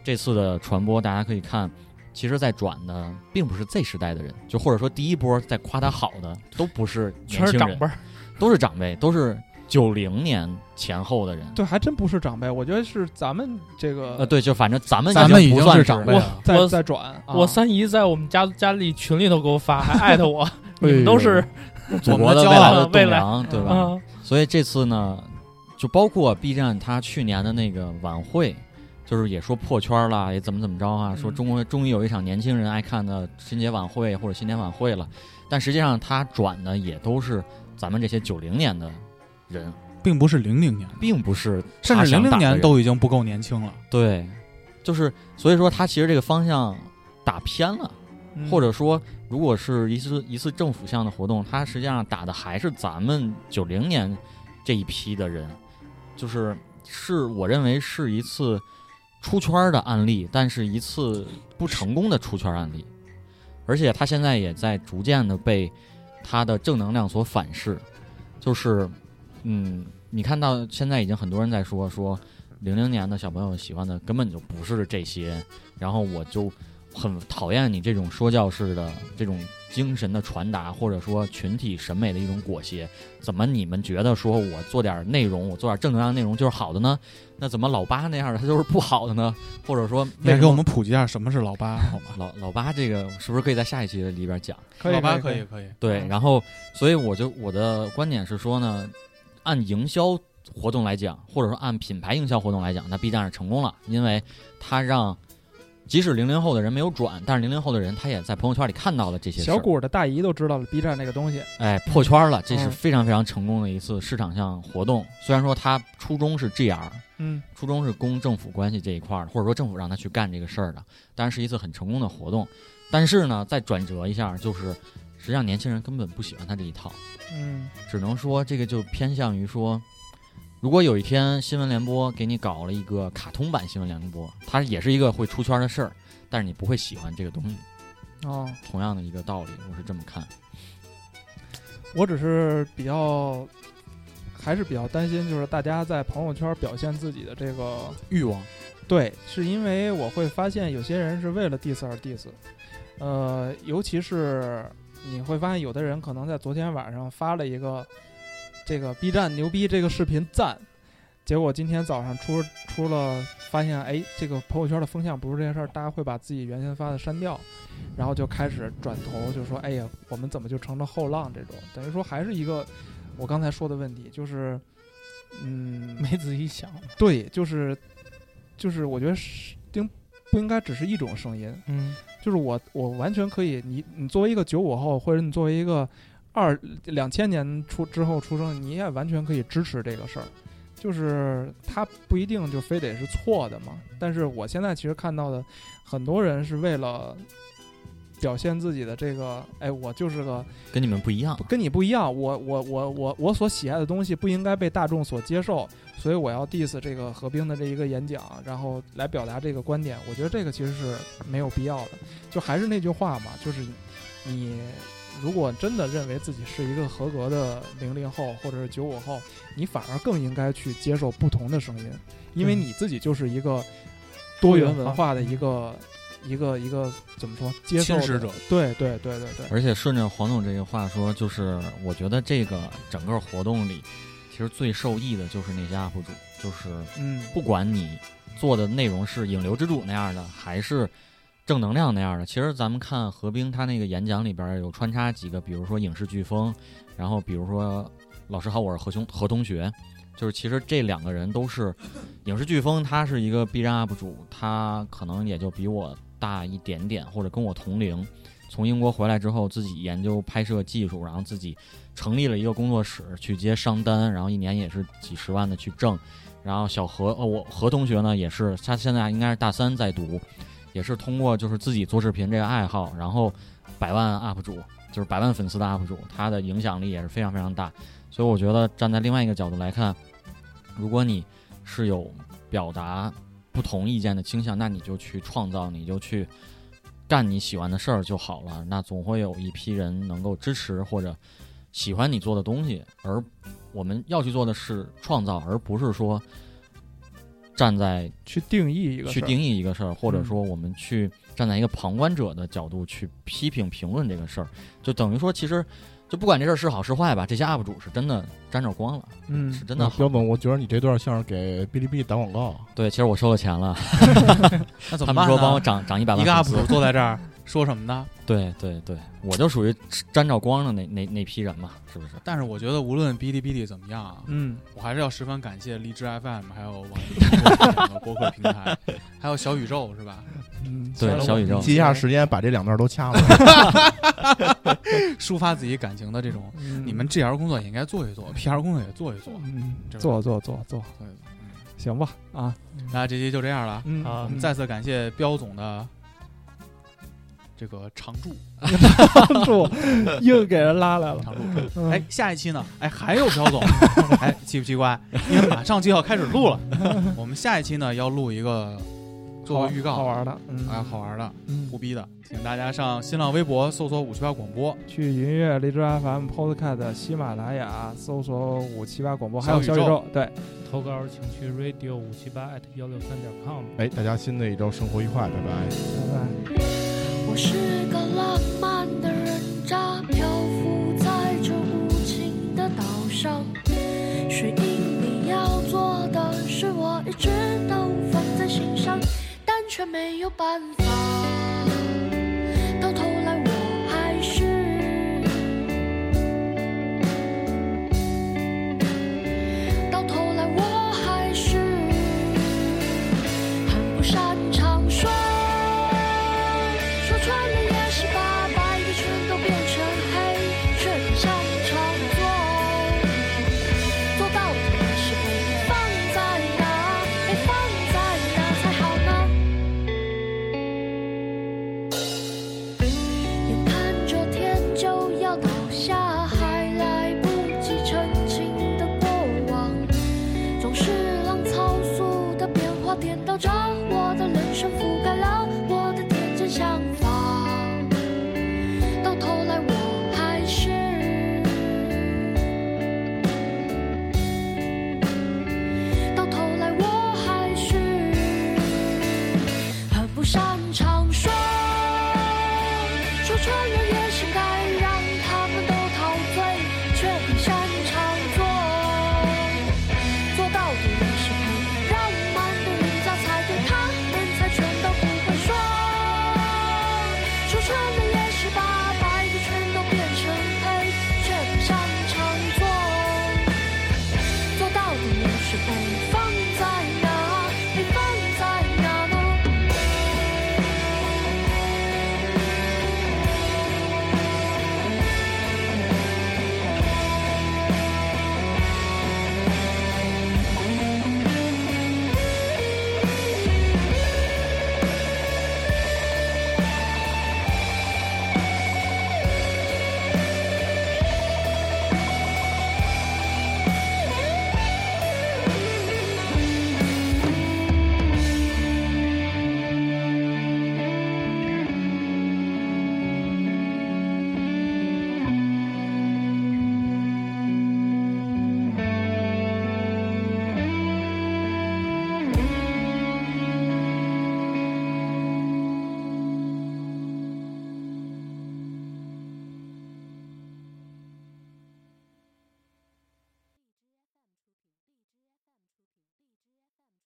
这次的传播大家可以看。其实，在转的并不是 Z 时代的人，就或者说第一波在夸他好的，都不是年全是轻长人辈儿，都是长辈，都是九零年前后的人。对，还真不是长辈，我觉得是咱们这个呃，对，就反正咱们咱们已不经算是长辈我了。在我在转啊，我三姨在我们家家里群里头给我发，还艾特我，你们都哎是祖我国们的的骄未来傲的未栋来梁，对吧？啊，所以这次呢，就包括 B 站它去年的那个晚会，就是也说破圈了，也怎么怎么着啊，嗯说中国终于有一场年轻人爱看的春节晚会或者新年晚会了，但实际上它转的也都是咱们这些九零年的人，并不是零零年，并不是甚他至想零零打的年人都已经不够年轻了。对，就是所以说它其实这个方向打偏了。嗯或者说，如果是一次一次政府项的活动，它实际上打的还是咱们九零年这一批的人，就是是我认为是一次出圈儿的案例，但是一次不成功的出圈儿案例，而且它现在也在逐渐的被它的正能量所反噬，就是嗯，你看到现在已经很多人在说说。零零年的小朋友喜欢的根本就不是这些，然后我就很讨厌你这种说教式的这种精神的传达，或者说群体审美的一种裹挟。怎么你们觉得说我做点内容，我做点正能量内容就是好的呢？那怎么老八那样的他就是不好的呢？或者说你为来什给我么们普及一下什么是老八，好吗？老老八这个是不是可以在下一期里边讲？可以老八可以，可以，对，然后所以我就我的观点是说呢，按营销活动来讲，或者说按品牌营销活动来讲，那 B 站是成功了，因为它让即使零零后的人没有转，但是零零后的人他也在朋友圈里看到了这些事小儿，谷的大姨都知道了 B 站这个东西，哎，破圈了，这是嗯非常非常成功的一次市场项活动。虽然说它初衷是 GR，嗯，初衷是公政府关系这一块儿，或者说政府让他去干这个事儿的，当然是一次很成功的活动。但是呢，再转折一下，就是实际上年轻人根本不喜欢他这一套，嗯，只能说这个就偏向于说，如果有一天新闻联播给你搞了一个卡通版新闻联播，它也是一个会出圈的事儿，但是你不会喜欢这个东西。哦，同样的一个道理，我是这么看。我只是比较，还是比较担心，就是大家在朋友圈表现自己的这个欲望。对，是因为我会发现有些人是为了 diss 而 diss，呃，尤其是你会发现有的人可能在昨天晚上发了一个这个 B 站牛逼这个视频赞，结果今天早上出出了发现，哎，这个朋友圈的风向不是这件事儿，大家会把自己原先发的删掉，然后就开始转头就说，哎呀，我们怎么就成了后浪这种？等于说还是一个我刚才说的问题，就是嗯， (laughs) 没仔细想，对，就是就是，我觉得是应不应该只是一种声音？嗯，就是我我完全可以，你你作为一个九五后，或者你作为一个二两千年出之后出生，你也完全可以支持这个事儿。就是它不一定就非得是错的嘛，但是我现在其实看到的很多人是为了表现自己的这个，哎，我就是个跟你们不一样，跟你不一样，我我我我我所喜爱的东西不应该被大众所接受，所以我要 diss 这个何冰的这一个演讲，然后来表达这个观点。我觉得这个其实是没有必要的。就还是那句话嘛，就是你如果真的认为自己是一个合格的零零后或者是九五后，你反而更应该去接受不同的声音，因为嗯你自己就是一个多元多元文化的一个一个一个怎么说接受侵蚀的者。对对对对对，而且顺着黄总这个话说，就是我觉得这个整个活动里，其实最受益的就是那些 UP 主，就是嗯，不管你做的内容是引流之主那样的，还是正能量那样的，其实咱们看何冰他那个演讲里边有穿插几个，比如说影视飓风，然后比如说老师好，我是何兄何同学，就是其实这两个人都是影视飓风，他是一个 B 站 UP 主，他可能也就比我大一点点，或者跟我同龄。从英国回来之后，自己研究拍摄技术，然后自己成立了一个工作室去接商单，然后一年也是几十万的去挣。然后小何，呃，我何同学呢，也是他现在应该是大三在读，也是通过就是自己做视频这个爱好，然后百万 UP 主，就是百万粉丝的 UP 主，他的影响力也是非常非常大。所以我觉得站在另外一个角度来看，如果你是有表达不同意见的倾向，那你就去创造，你就去干你喜欢的事儿就好了。那总会有一批人能够支持或者喜欢你做的东西，而我们要去做的是创造，而不是说站在去定义一个去事儿定义一个事儿，或者嗯说我们去站在一个旁观者的角度去批评评论这个事儿，就等于说其实就不管这事儿是好是坏吧，这些 UP 主是真的沾着光了，嗯是真的好。标本，我觉得你这段像是给哔哩哔哩打广告。对，其实我收了钱了，那怎他么们办说帮我呢？涨涨一百万一个粉 UP 丝主坐在 (laughs) 这儿说什么呢？对对对，我就属于沾着光的那那那批人嘛，是不是？但是我觉得无论哔哩哔哩怎么样啊，嗯，我还是要十分感谢荔枝 FM，还有网易 (laughs) 云的播客平台，还有小宇宙是吧？嗯对小宇宙记一下时间，把这两段都掐了。抒发自己感情的这种，嗯你们 GL 工作也应该做一做，PR 工作也做一做。嗯这个做做做做对，行吧啊那这期就这样了，嗯啊我们再次感谢彪总的这个常驻，帮助硬给人拉来了，常驻。嗯哎，下一期呢？哎，还有朴 (laughs) 总，哎，奇不奇怪？因为马上就要开始录了，我们下一期呢要录一个做个预告，好玩的，嗯哎，好玩的，嗯胡逼的，请大家上新浪微博搜索“五七八广播去云乐、荔枝 FM、Podcast、喜马拉雅搜索五七八广播，还有小小宇宇宙宙，对，投稿请去 radio 五七八 at 幺六三点 com。哎，大家新的一周生活愉快，拜拜。拜拜。我是个浪漫的人渣，漂浮在这无情的岛上。水印里要做的事，我一直都放在心上，但却没有办法。到头来，我还是到头来，我还是很不擅长说。说穿了也是把白的全都变成黑，却很擅长做，做到底是被放在哪？被放在哪才好呢？眼看着天就要倒下，还来不及澄清的过往，总是让草速的变化颠倒着我的人生，覆盖了我的天真想法。到头来，我还是，到头来，我还是很不擅长说，说穿了。